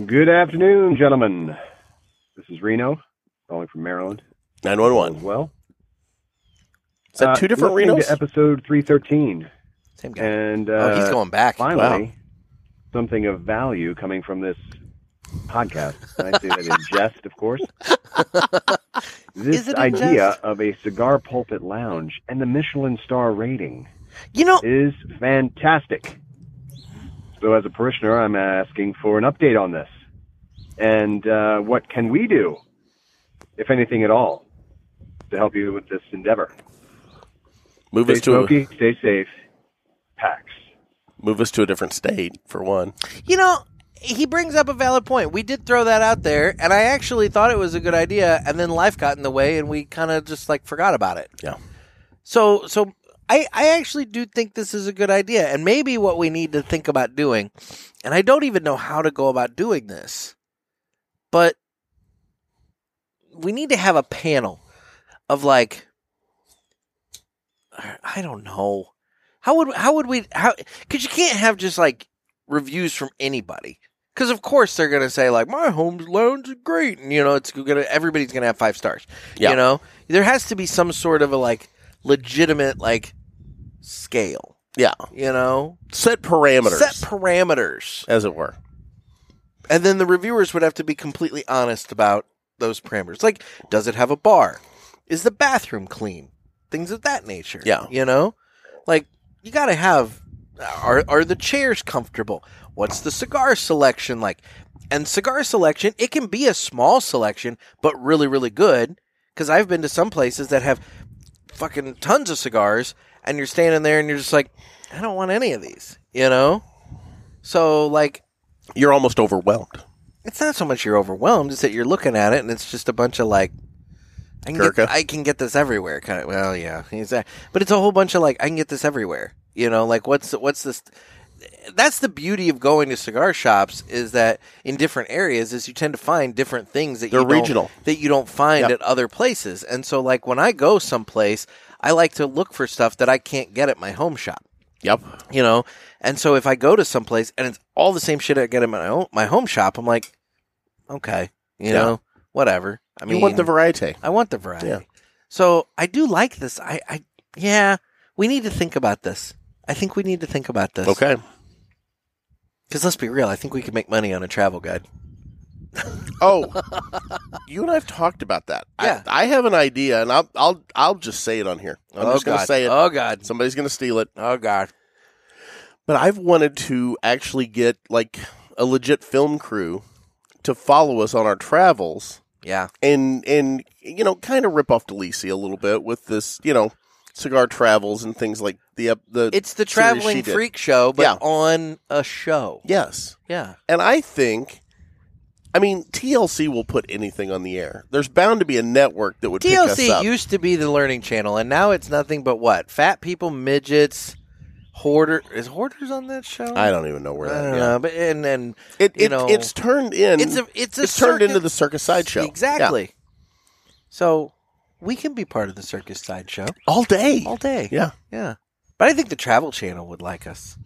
Good afternoon, gentlemen. This is Reno, calling from Maryland.
911.
Well,
Is that two different
Uh, listening
Renos?
To episode 313.
Same guy.
And uh,
Oh, he's going back.
Finally,
Wow.
something of value coming from this podcast. I say that in jest, of course.
Is
this
it in
idea
jest?
of a cigar pulpit lounge and the Michelin star rating,
you know,
is fantastic. So, as a parishioner, I'm asking for an update on this, and uh, what can we do, if anything at all, to help you with this endeavor?
Move
stay
us to a,
smoky, stay safe. Pax.
move us to a different state for one.
You know, he brings up a valid point. We did throw that out there, and I actually thought it was a good idea, and then life got in the way, and we kind of just like forgot about it.
Yeah.
So, so I, I actually do think this is a good idea, and maybe what we need to think about doing, and I don't even know how to go about doing this, but we need to have a panel of like, I don't know. How would how would we how because you can't have just like reviews from anybody because of course they're gonna say like my home lounge is great and you know it's gonna everybody's gonna have five stars
Yeah.
you know there has to be some sort of a like legitimate like scale
Yeah.
you know
Set parameters.
set parameters
as it were.
and then the reviewers would have to be completely honest about those parameters like does it have a bar is the bathroom clean things of that nature
Yeah.
you know like you gotta have are, are the chairs comfortable what's the cigar selection like and cigar selection it can be a small selection but really really good because i've been to some places that have fucking tons of cigars and you're standing there and you're just like i don't want any of these you know so like
You're almost overwhelmed.
it's not so much you're overwhelmed; it's that you're looking at it and it's just a bunch of like, I can
Gurkha.
get, I can get this everywhere. Kind of, well, yeah, exactly. But it's a whole bunch of like, I can get this everywhere. You know, like what's what's this? That's the beauty of going to cigar shops is that in different areas is you tend to find different things that
They're
you don't-
regional.
that you don't find
Yep.
at other places. And so, like when I go someplace, I like to look for stuff that I can't get at my home shop
Yep.
you know. And so if I go to someplace and it's all the same shit I get in my own, my home shop, I'm like, okay, you
Yeah.
know, whatever. I mean,
you want the variety.
I want the variety.
Yeah.
So I do like this. I, I, yeah, we need to think about this. I think we need to think about this.
Okay.
Because let's be real, I think we could make money on a travel guide.
Oh, you and I have talked about that.
Yeah.
I, I have an idea, and I'll I'll I'll just say it on here. I'm
Oh,
just going to
God.
say it.
Oh, God.
Somebody's going to steal it.
Oh God.
But I've wanted to actually get like a legit film crew to follow us on our travels
Yeah.
and and you know kind of rip off Delisi a little bit with this you know cigar travels and things like the ep- the
It's the
series she
traveling
did.
freak show, but
Yeah.
on a show.
Yes.
Yeah.
And I think, I mean, TLC will put anything on the air. There's bound to be a network that would pick us
TLC
up.
used to be the learning channel, and now it's nothing but what? Fat people, midgets, hoarder. Is hoarders on that show?
I don't even know where
I
that.
don't
yeah.
know, but and and
It,
you
it-
know,
it's turned in.
It's a- it's a
turned
circuit-
into the circus sideshow.
exactly.
Yeah.
So we can be part of the circus sideshow
all day.
all day.
Yeah.
yeah. But I think the Travel Channel would like us.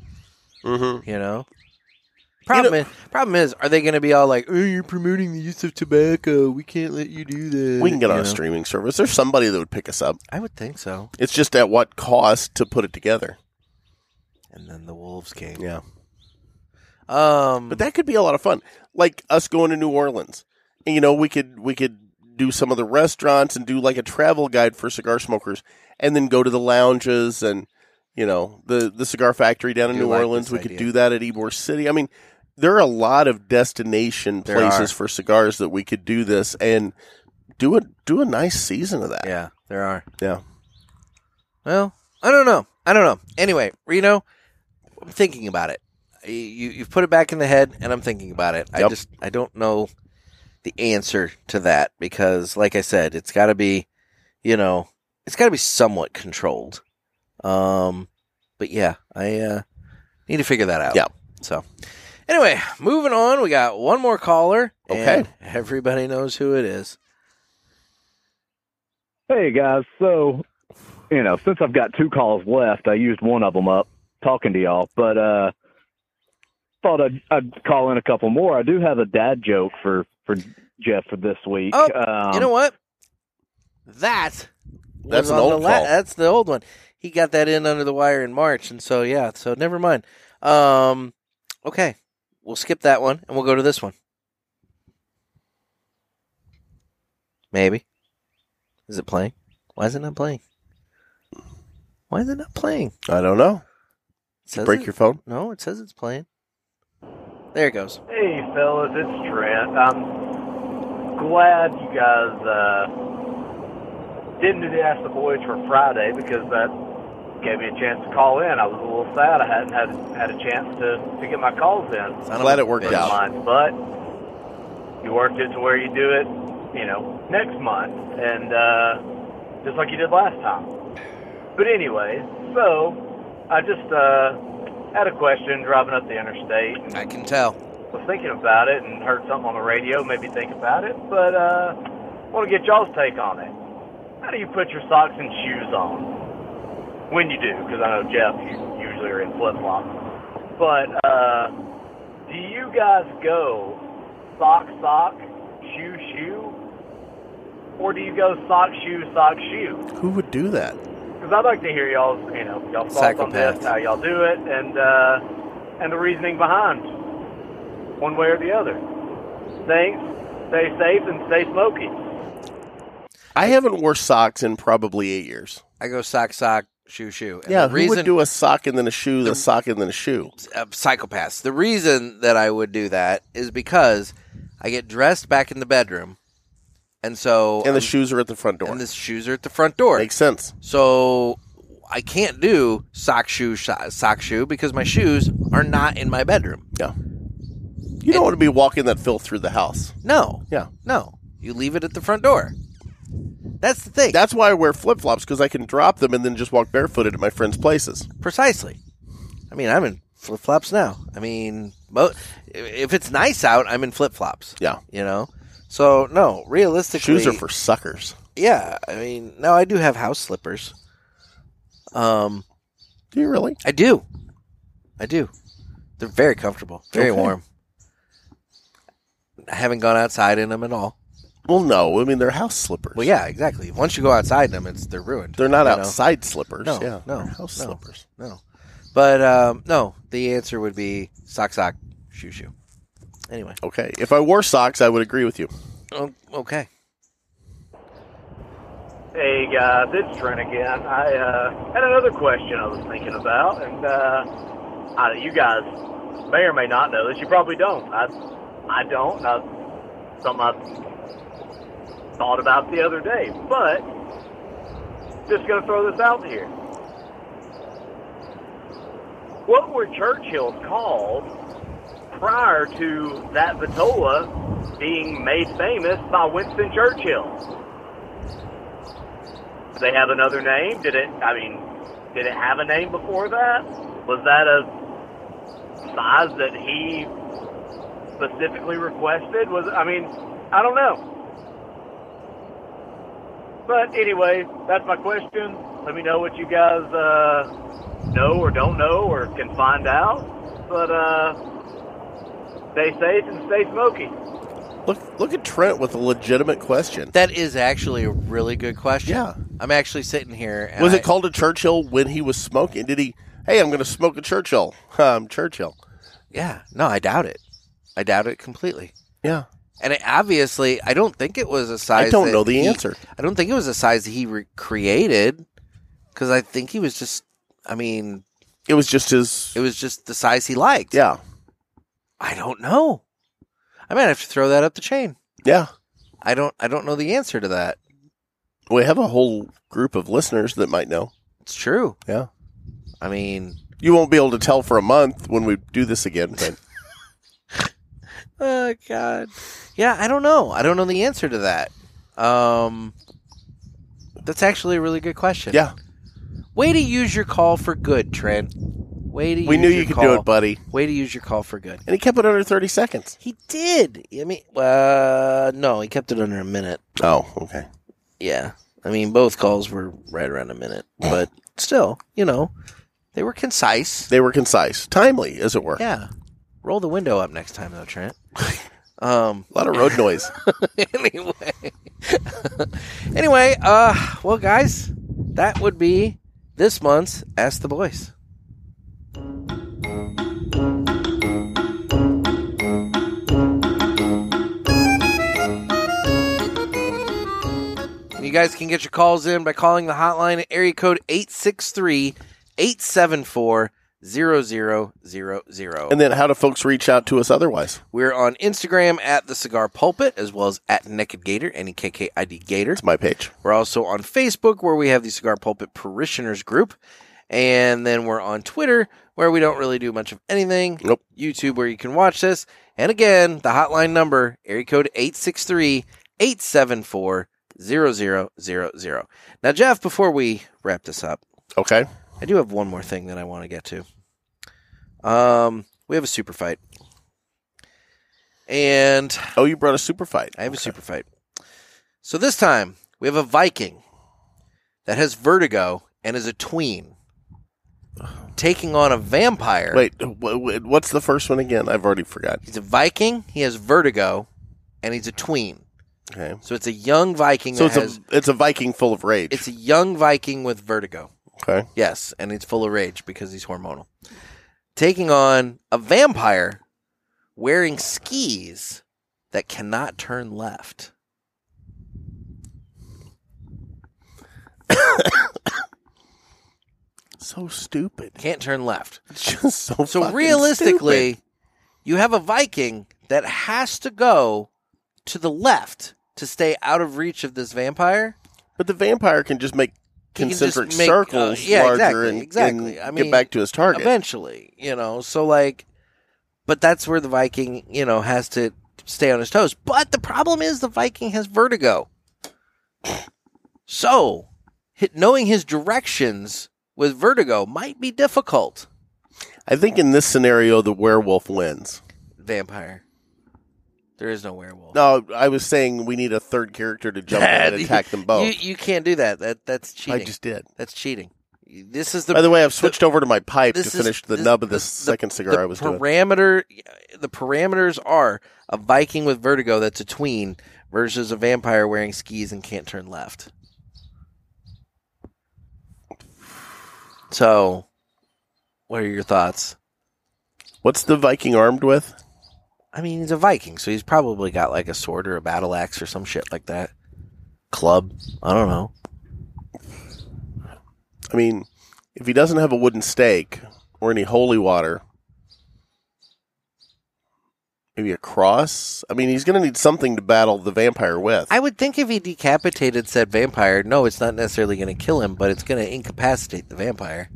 Mm-hmm.
You know. Problem is, problem is, are they going to be all like, "Oh, you're promoting the use of tobacco. We can't let you do that."
We can get
you
on a
know?
streaming service. There's somebody that would pick us up.
I would think so.
It's just at what cost to put it together.
And then the wolves came.
Yeah.
Um,
But that could be a lot of fun. Like us going to New Orleans. And you know, we could we could do some of the restaurants and do like a travel guide for cigar smokers and then go to the lounges and you know, the the cigar factory down in
Do
New
like
Orleans.
this
We could
idea.
do that at Ybor City. I mean, there are a lot of destination
There
places
are.
for cigars that we could do this and do a do a nice season of that.
yeah, there are.
Yeah.
Well, I don't know. I don't know. Anyway, Reno, I'm thinking about it. You you've put it back in the head, and I'm thinking about it. I
Yep.
just I don't know the answer to that because, like I said, it's got to be, you know, it's got to be somewhat controlled. Um, but yeah, I uh, need to figure that out.
Yeah.
So, anyway, moving on. We got one more caller.
Okay.
and Everybody knows who it is.
Hey guys, so you know, since I've got two calls left, I used one of them up talking to y'all, but uh thought I'd, I'd call in a couple more. I do have a dad joke for for Jeff for this week.
Oh,
um,
you know what? That
That's
was
an
on
old
the la-
call.
That's the old one. he got that in under the wire in March, and so yeah, so never mind. Um, okay, we'll skip that one and we'll go to this one. Maybe is it playing? Why is it not playing? Why is it not playing?
I don't know. Did you
Says
break
it-
your phone?
No, it says it's playing. There it goes.
Hey, fellas, it's Trent. I'm glad you guys uh, didn't do the Ask the Boys for Friday because that gave me a chance to call in. I was a little sad I hadn't had, had a chance to, to get my calls in.
Son of Glad a it worked
This
out.
month, but you worked it to where you do it, you know, next month, and uh, just like you did last time. But anyway, so I just uh, had a question driving up the interstate. And
I can tell.
was thinking about it and heard something on the radio, made me think about it, but uh, want to get y'all's take on it. How do you put your socks and shoes on when you do? Because I know Jeff, you usually are in flip flops. But uh, do you guys go sock sock shoe shoe, or do you go sock shoe sock shoe?
Who would do that?
Because I'd like to hear y'all's, you know, y'all thoughts on this,
Psychopaths.
how y'all do it, and uh, and the reasoning behind one way or the other. Thanks. Stay safe and stay smoky.
I haven't wore socks in probably eight years.
I go sock, sock, shoe, shoe. And
yeah,
the
who
reason
would do a sock and then a shoe, then a sock and then a shoe?
uh, psychopaths. The reason that I would do that is because I get dressed back in the bedroom, and so
And the shoes are at the front door.
and the shoes are at the front door.
Makes sense.
So I can't do sock shoe sho- sock shoe because my shoes are not in my bedroom.
Yeah. You don't want to be walking that filth through the house.
No.
Yeah.
No. You leave it at the front door. That's the thing.
That's why I wear flip flops because I can drop them and then just walk barefooted at my friends' places.
Precisely. I mean, I'm in flip flops now. I mean, mo- if it's nice out, I'm in flip flops.
Yeah.
You know? So, no, realistically.
Shoes are for suckers.
Yeah. I mean, now I do have house slippers. Um,
do you really?
I do. I do. They're very comfortable, very
Okay.
warm. I haven't gone outside in them at all.
Well, no. I mean, they're house slippers.
Well, yeah, exactly. Once you go outside in them, it's they're ruined.
They're not
you know?
outside slippers.
No,
yeah,
no,
they're house
no,
slippers.
No, but um, no. The answer would be sock, sock, shoe, shoe. Anyway,
Okay. If I wore socks, I would agree with you.
o- okay.
Hey guys, it's Trent again. I uh, had another question I was thinking about, and uh, I, you guys may or may not know this. You probably don't. I I don't. and I, something I thought about the other day, but just gonna throw this out here. What were Churchill's called prior to that Vitola being made famous by Winston Churchill? Did they have another name? Did it? I mean, did it have a name before that? Was that a size that he specifically requested? Was I mean, I don't know. But anyway, that's my question. Let me know what you guys uh, know or don't know or can find out. But uh, stay safe and stay smoky.
Look, look at Trent with a legitimate question.
That is actually a really good question.
Yeah.
I'm actually sitting here. And
was
I-
it called a Churchill when he was smoking? Did he? Hey, I'm going to smoke a Churchill. I'm Churchill.
Yeah. No, I doubt it. I doubt it completely.
Yeah.
And it, obviously, I don't think it was a size.
I don't
that
know the
he-
answer.
I don't think it was a size that he recreated because I think he was just. I mean,
It was just his.
it was just the size he liked.
Yeah.
I don't know. I might have to throw that up the chain.
Yeah.
I don't. I don't know the answer to that.
We have a whole group of listeners that might know.
It's true.
Yeah.
I mean,
You won't be able to tell for a month when we do this again, but
oh god. Yeah, I don't know. I don't know the answer to that. Um, that's actually a really good question.
Yeah.
Way to use your call for good, Trent. Way to
we
use
knew
your
you could
call.
do it, buddy.
Way to use your call for good.
And he kept it under 30 seconds.
He did. I mean, uh, no, he kept it under a minute.
Oh, okay.
Yeah. I mean, both calls were right around a minute, but still, you know, they were concise.
They were concise, timely, as it were.
Yeah. Roll the window up next time, though, Trent. Um,
A lot of road noise.
anyway. anyway, uh, well, guys, that would be This month's Ask the Boys. You guys can get your calls in by calling the hotline at area code 863 874 0000.
And then how do folks reach out to us otherwise?
We're on Instagram at the Cigar Pulpit as well as at Naked Gator, N E K K I D Gator. It's
my page.
We're also on Facebook where we have the Cigar Pulpit Parishioners group. And then we're on Twitter where we don't really do much of anything.
Nope.
YouTube where you can watch this. And again, the hotline number, area code 863 874 0000. Now, Jeff, before we wrap this up,
okay,
I do have one more thing that I want to get to. Um, we have a super fight, and
oh, you brought a super fight.
I have a super fight. So this time we have a Viking that has vertigo and is a tween, taking on a vampire.
Wait, wh- wh- what's the first one again? I've already forgot.
He's a Viking. He has vertigo, and he's a tween.
Okay.
So it's a young Viking.
So
that
it's
has-
a it's a Viking full of rage.
it's a young Viking with vertigo.
Okay.
Yes, and he's full of rage because he's hormonal. Taking on a vampire wearing skis that cannot turn left.
so stupid.
Can't turn left.
Just so.
So
fucking
realistically,
stupid.
you have a Viking that has to go to the left to stay out of reach of this vampire.
but the vampire can just make
He can just
concentric
make, uh,
circles
yeah,
larger
exactly,
and,
exactly.
and
I mean,
get back to his target.
Eventually, you know. So like but that's where the Viking, you know, has to stay on his toes. But the problem is the Viking has vertigo. So, hit, knowing his directions with vertigo might be difficult.
I think in this scenario, the werewolf wins.
Vampire. There is no werewolf.
No, I was saying we need a third character to jump in and attack them both.
You, you can't do that. That that's cheating.
just did.
That's cheating. This is the
By the way, I've switched over to my pipe to
this is-
finish the
this-
nub of the,
this- the-
second cigar
the
I was doing.
parameter, The parameters are a Viking with vertigo that's a tween versus a vampire wearing skis and can't turn left. So, what are your thoughts?
What's the Viking armed with?
I mean, he's a Viking, so he's probably got like a sword or a battle axe or some shit like that. Club. I don't know.
I mean, if he doesn't have a wooden stake or any holy water, maybe a cross. I mean, he's going to need something to battle the vampire with.
I would think if he decapitated said vampire, no, it's not necessarily going to kill him, but it's going to incapacitate the vampire.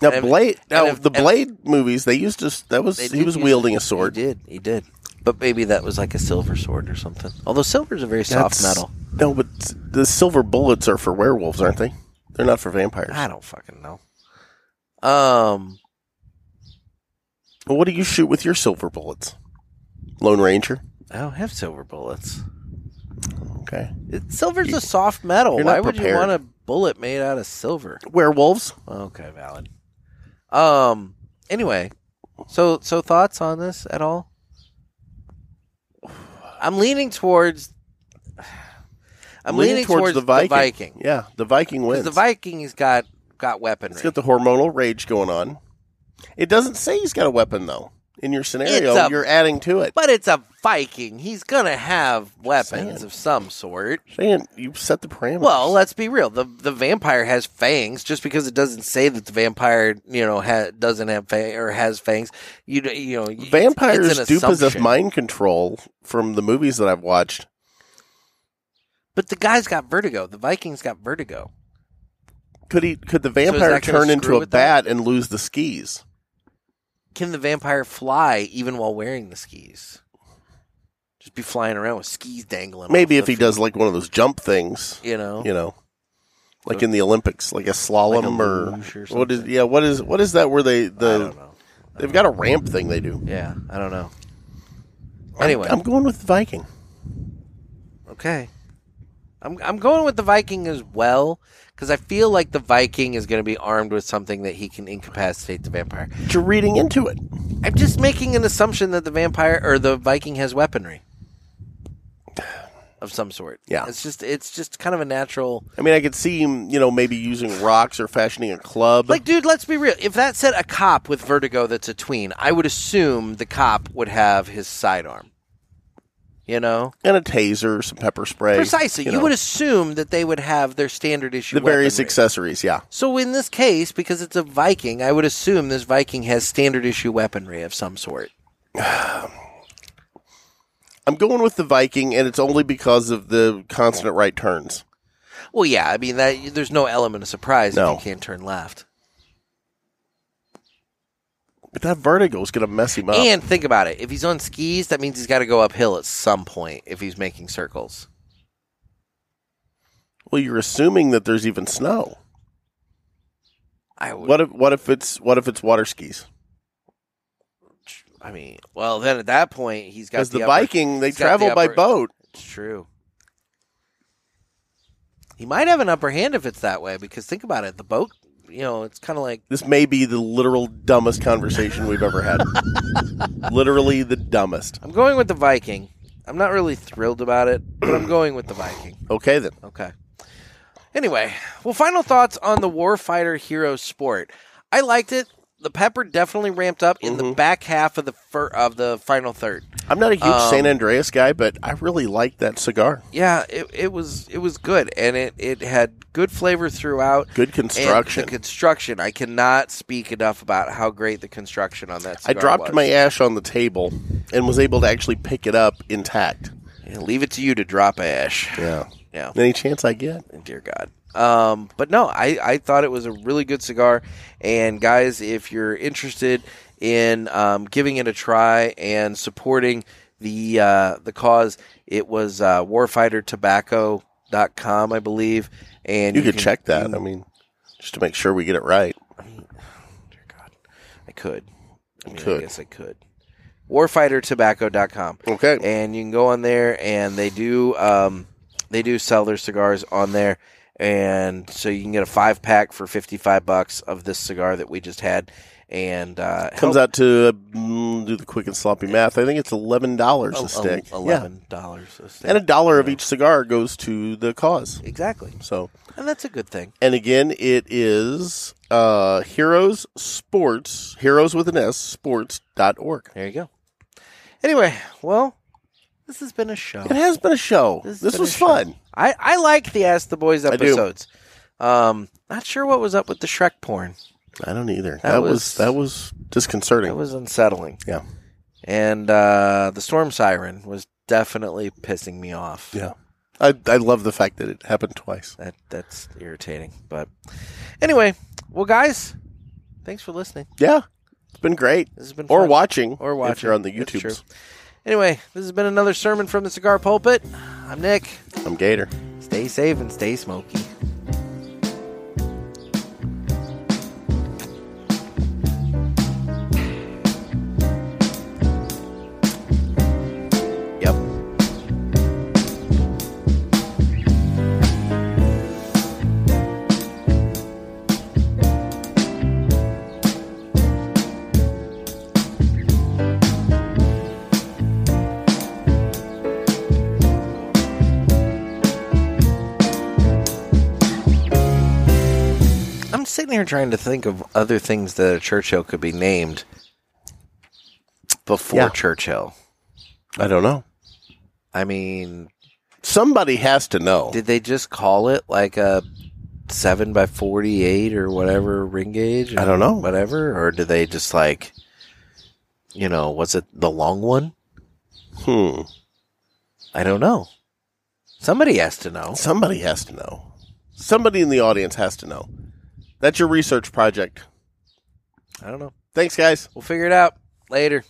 Now,
and-
Blade. Now,
and if-
the
and-
Blade movies, they used to. That was
They
he
did
was
use-
wielding a sword.
He did. He did. But maybe that was like a silver sword or something. Although silver's a very soft
That's-
metal.
No, but the silver bullets are for werewolves, aren't they? They're not for vampires.
I don't fucking know. Um,
Well, what do you shoot with your silver bullets? Lone Ranger.
I don't have silver bullets.
Okay.
It, silver's a soft metal.
you're
Why
not
would you
prepared.
want a bullet made out of silver?
Werewolves.
Okay, valid. Um. Anyway, so so thoughts on this at all? I'm leaning towards. I'm leaning, towards, the Viking.
Yeah, the Viking
'Cause
wins.
the Viking's got got weaponry.
He's got the hormonal rage going on. It doesn't say he's got a weapon though. In your scenario,
It's a-
you're adding to it.
But it's a Viking. He's gonna have weapons
Saying.
of some sort.
Saying you set the parameters.
Well, let's be real. The the vampire has fangs. Just because it doesn't say that the vampire, you know, ha- doesn't have fa- or has fangs, you d- you know, y- it's-
vampires
it's an
do possess
assumption.
mind control from the movies that I've watched.
But the guy's got vertigo. The Viking's got vertigo.
Could he? Could the
is
vampire
that gonna
turn into
screw
a
with that?
bat and lose the skis?
Can the vampire fly even while wearing the skis? Just be flying around with skis dangling.
Maybe
off
if
the
he does like one of those jump things,
You know.
you know, like in the Olympics, like a slalom
luge or
or, what is? Yeah, what is? What is that? Where they the? They've got a ramp thing they do.
Yeah, I don't know.
I'm-
Anyway.
I'm going with Viking.
Okay. I'm I'm going with the Viking as well because I feel like the Viking is going to be armed with something that he can incapacitate the vampire.
But you're reading into it.
I'm just making an assumption that the vampire or the Viking has weaponry. of some sort.
Yeah.
It's just it's just kind of a natural
I mean, I could see him, you know, maybe using rocks or fashioning a club.
Like, dude, let's be real. If that said a cop with vertigo that's a tween, I would assume the cop would have his sidearm. You know?
and a taser, some pepper spray.
Precisely. You,
know,
would assume that they would have their standard issue.
the various
weaponry.
accessories. Yeah,
So in this case, because it's a Viking, I would assume this Viking has standard issue weaponry of some sort.
I'm going with the Viking, and it's only because of the constant right turns.
Well, yeah, I mean that there's no element of surprise
No.
if you can't turn left.
But that vertigo is going to mess him up.
And think about it. If he's on skis, that means he's got to go uphill at some point if he's making circles.
well, you're assuming that there's even snow.
I would.
What if what if it's what if it's water skis?
I mean, well, then at that point he's got
Because the,
upper-
Viking they
he's got the
travel by
upper-
boat.
It's true. He might have an upper hand if it's that way because think about it. The boat, you know, it's kind of like
This may be the literal dumbest conversation we've ever had. Literally the dumbest.
I'm going with the Viking. I'm not really thrilled about it, but I'm going with the Viking.
Okay then.
Okay. Anyway, well, final thoughts on the Warfighter Hero sport. I liked it. The pepper definitely ramped up in
Mm-hmm.
the back half of the fir- of the final third.
I'm not a huge
Um,
San Andreas guy, but I really like that cigar.
Yeah, it, it was it was good, and it, it had good flavor throughout.
Good construction.
And the construction. I cannot speak enough about how great the construction on that.
I
Cigar
dropped
was.
my ash on the table and was able to actually pick it up intact.
Yeah, leave it to you to drop ash.
Yeah.
Yeah.
Any chance I get?
Oh, Dear God. Um, but no, I, I thought it was a really good cigar. And guys, if you're interested in um, giving it a try and supporting the uh, the cause, it was uh, warfightertobacco.com, I believe. And
you, could check that. I mean, just to make sure we get it right.
I could. I, mean, I
Could.
guess I could. Warfightertobacco.com.
Okay.
And you can go on there and they do um, they do sell their cigars on there. And so you can get a five pack for fifty five bucks of this cigar that we just had. And uh
Comes out to uh, mm, do the quick and sloppy math. I think it's eleven dollars
Oh,
a stick.
oh,
Yeah.
$11 a stick.
and a dollar of each cigar goes to the cause.
Exactly.
So,
and that's a good thing.
And again, it is uh, Heroes Sports, Heroes with an S Sports dot org.
There you go. Anyway, well, this has been a show.
It has been a show.
This has
This,
been
was
a show.
fun.
I, I like the Ask the Boys
I do.
episodes. Um not sure what was up with the Shrek porn.
I don't either. That,
That
was,
was-
that was disconcerting.
That was unsettling.
Yeah.
And uh, the storm siren was definitely pissing me off.
Yeah. I I love the fact that it happened twice.
That that's irritating. But anyway, well, guys, thanks for listening.
Yeah. It's been great.
This has been
or
fun.
watching
Or
if
watching.
you're on the
It's
YouTubes.
true. Anyway, this has been another sermon from the cigar pulpit. I'm Nick.
I'm Gator.
Stay safe and stay smoky. Yep. I'm sitting here trying to think of other things that a Churchill could be named before
Yeah.
Churchill.
I don't know.
I mean,
Somebody has to know.
did they just call it like a seven by forty-eight or whatever ring gauge?
I don't know.
whatever, or do they just like, you know, was it the long one?
Hmm.
I don't know. Somebody has to know.
Somebody has to know. Somebody in the audience has to know. That's your research project.
I don't know.
Thanks, guys.
We'll figure it out later.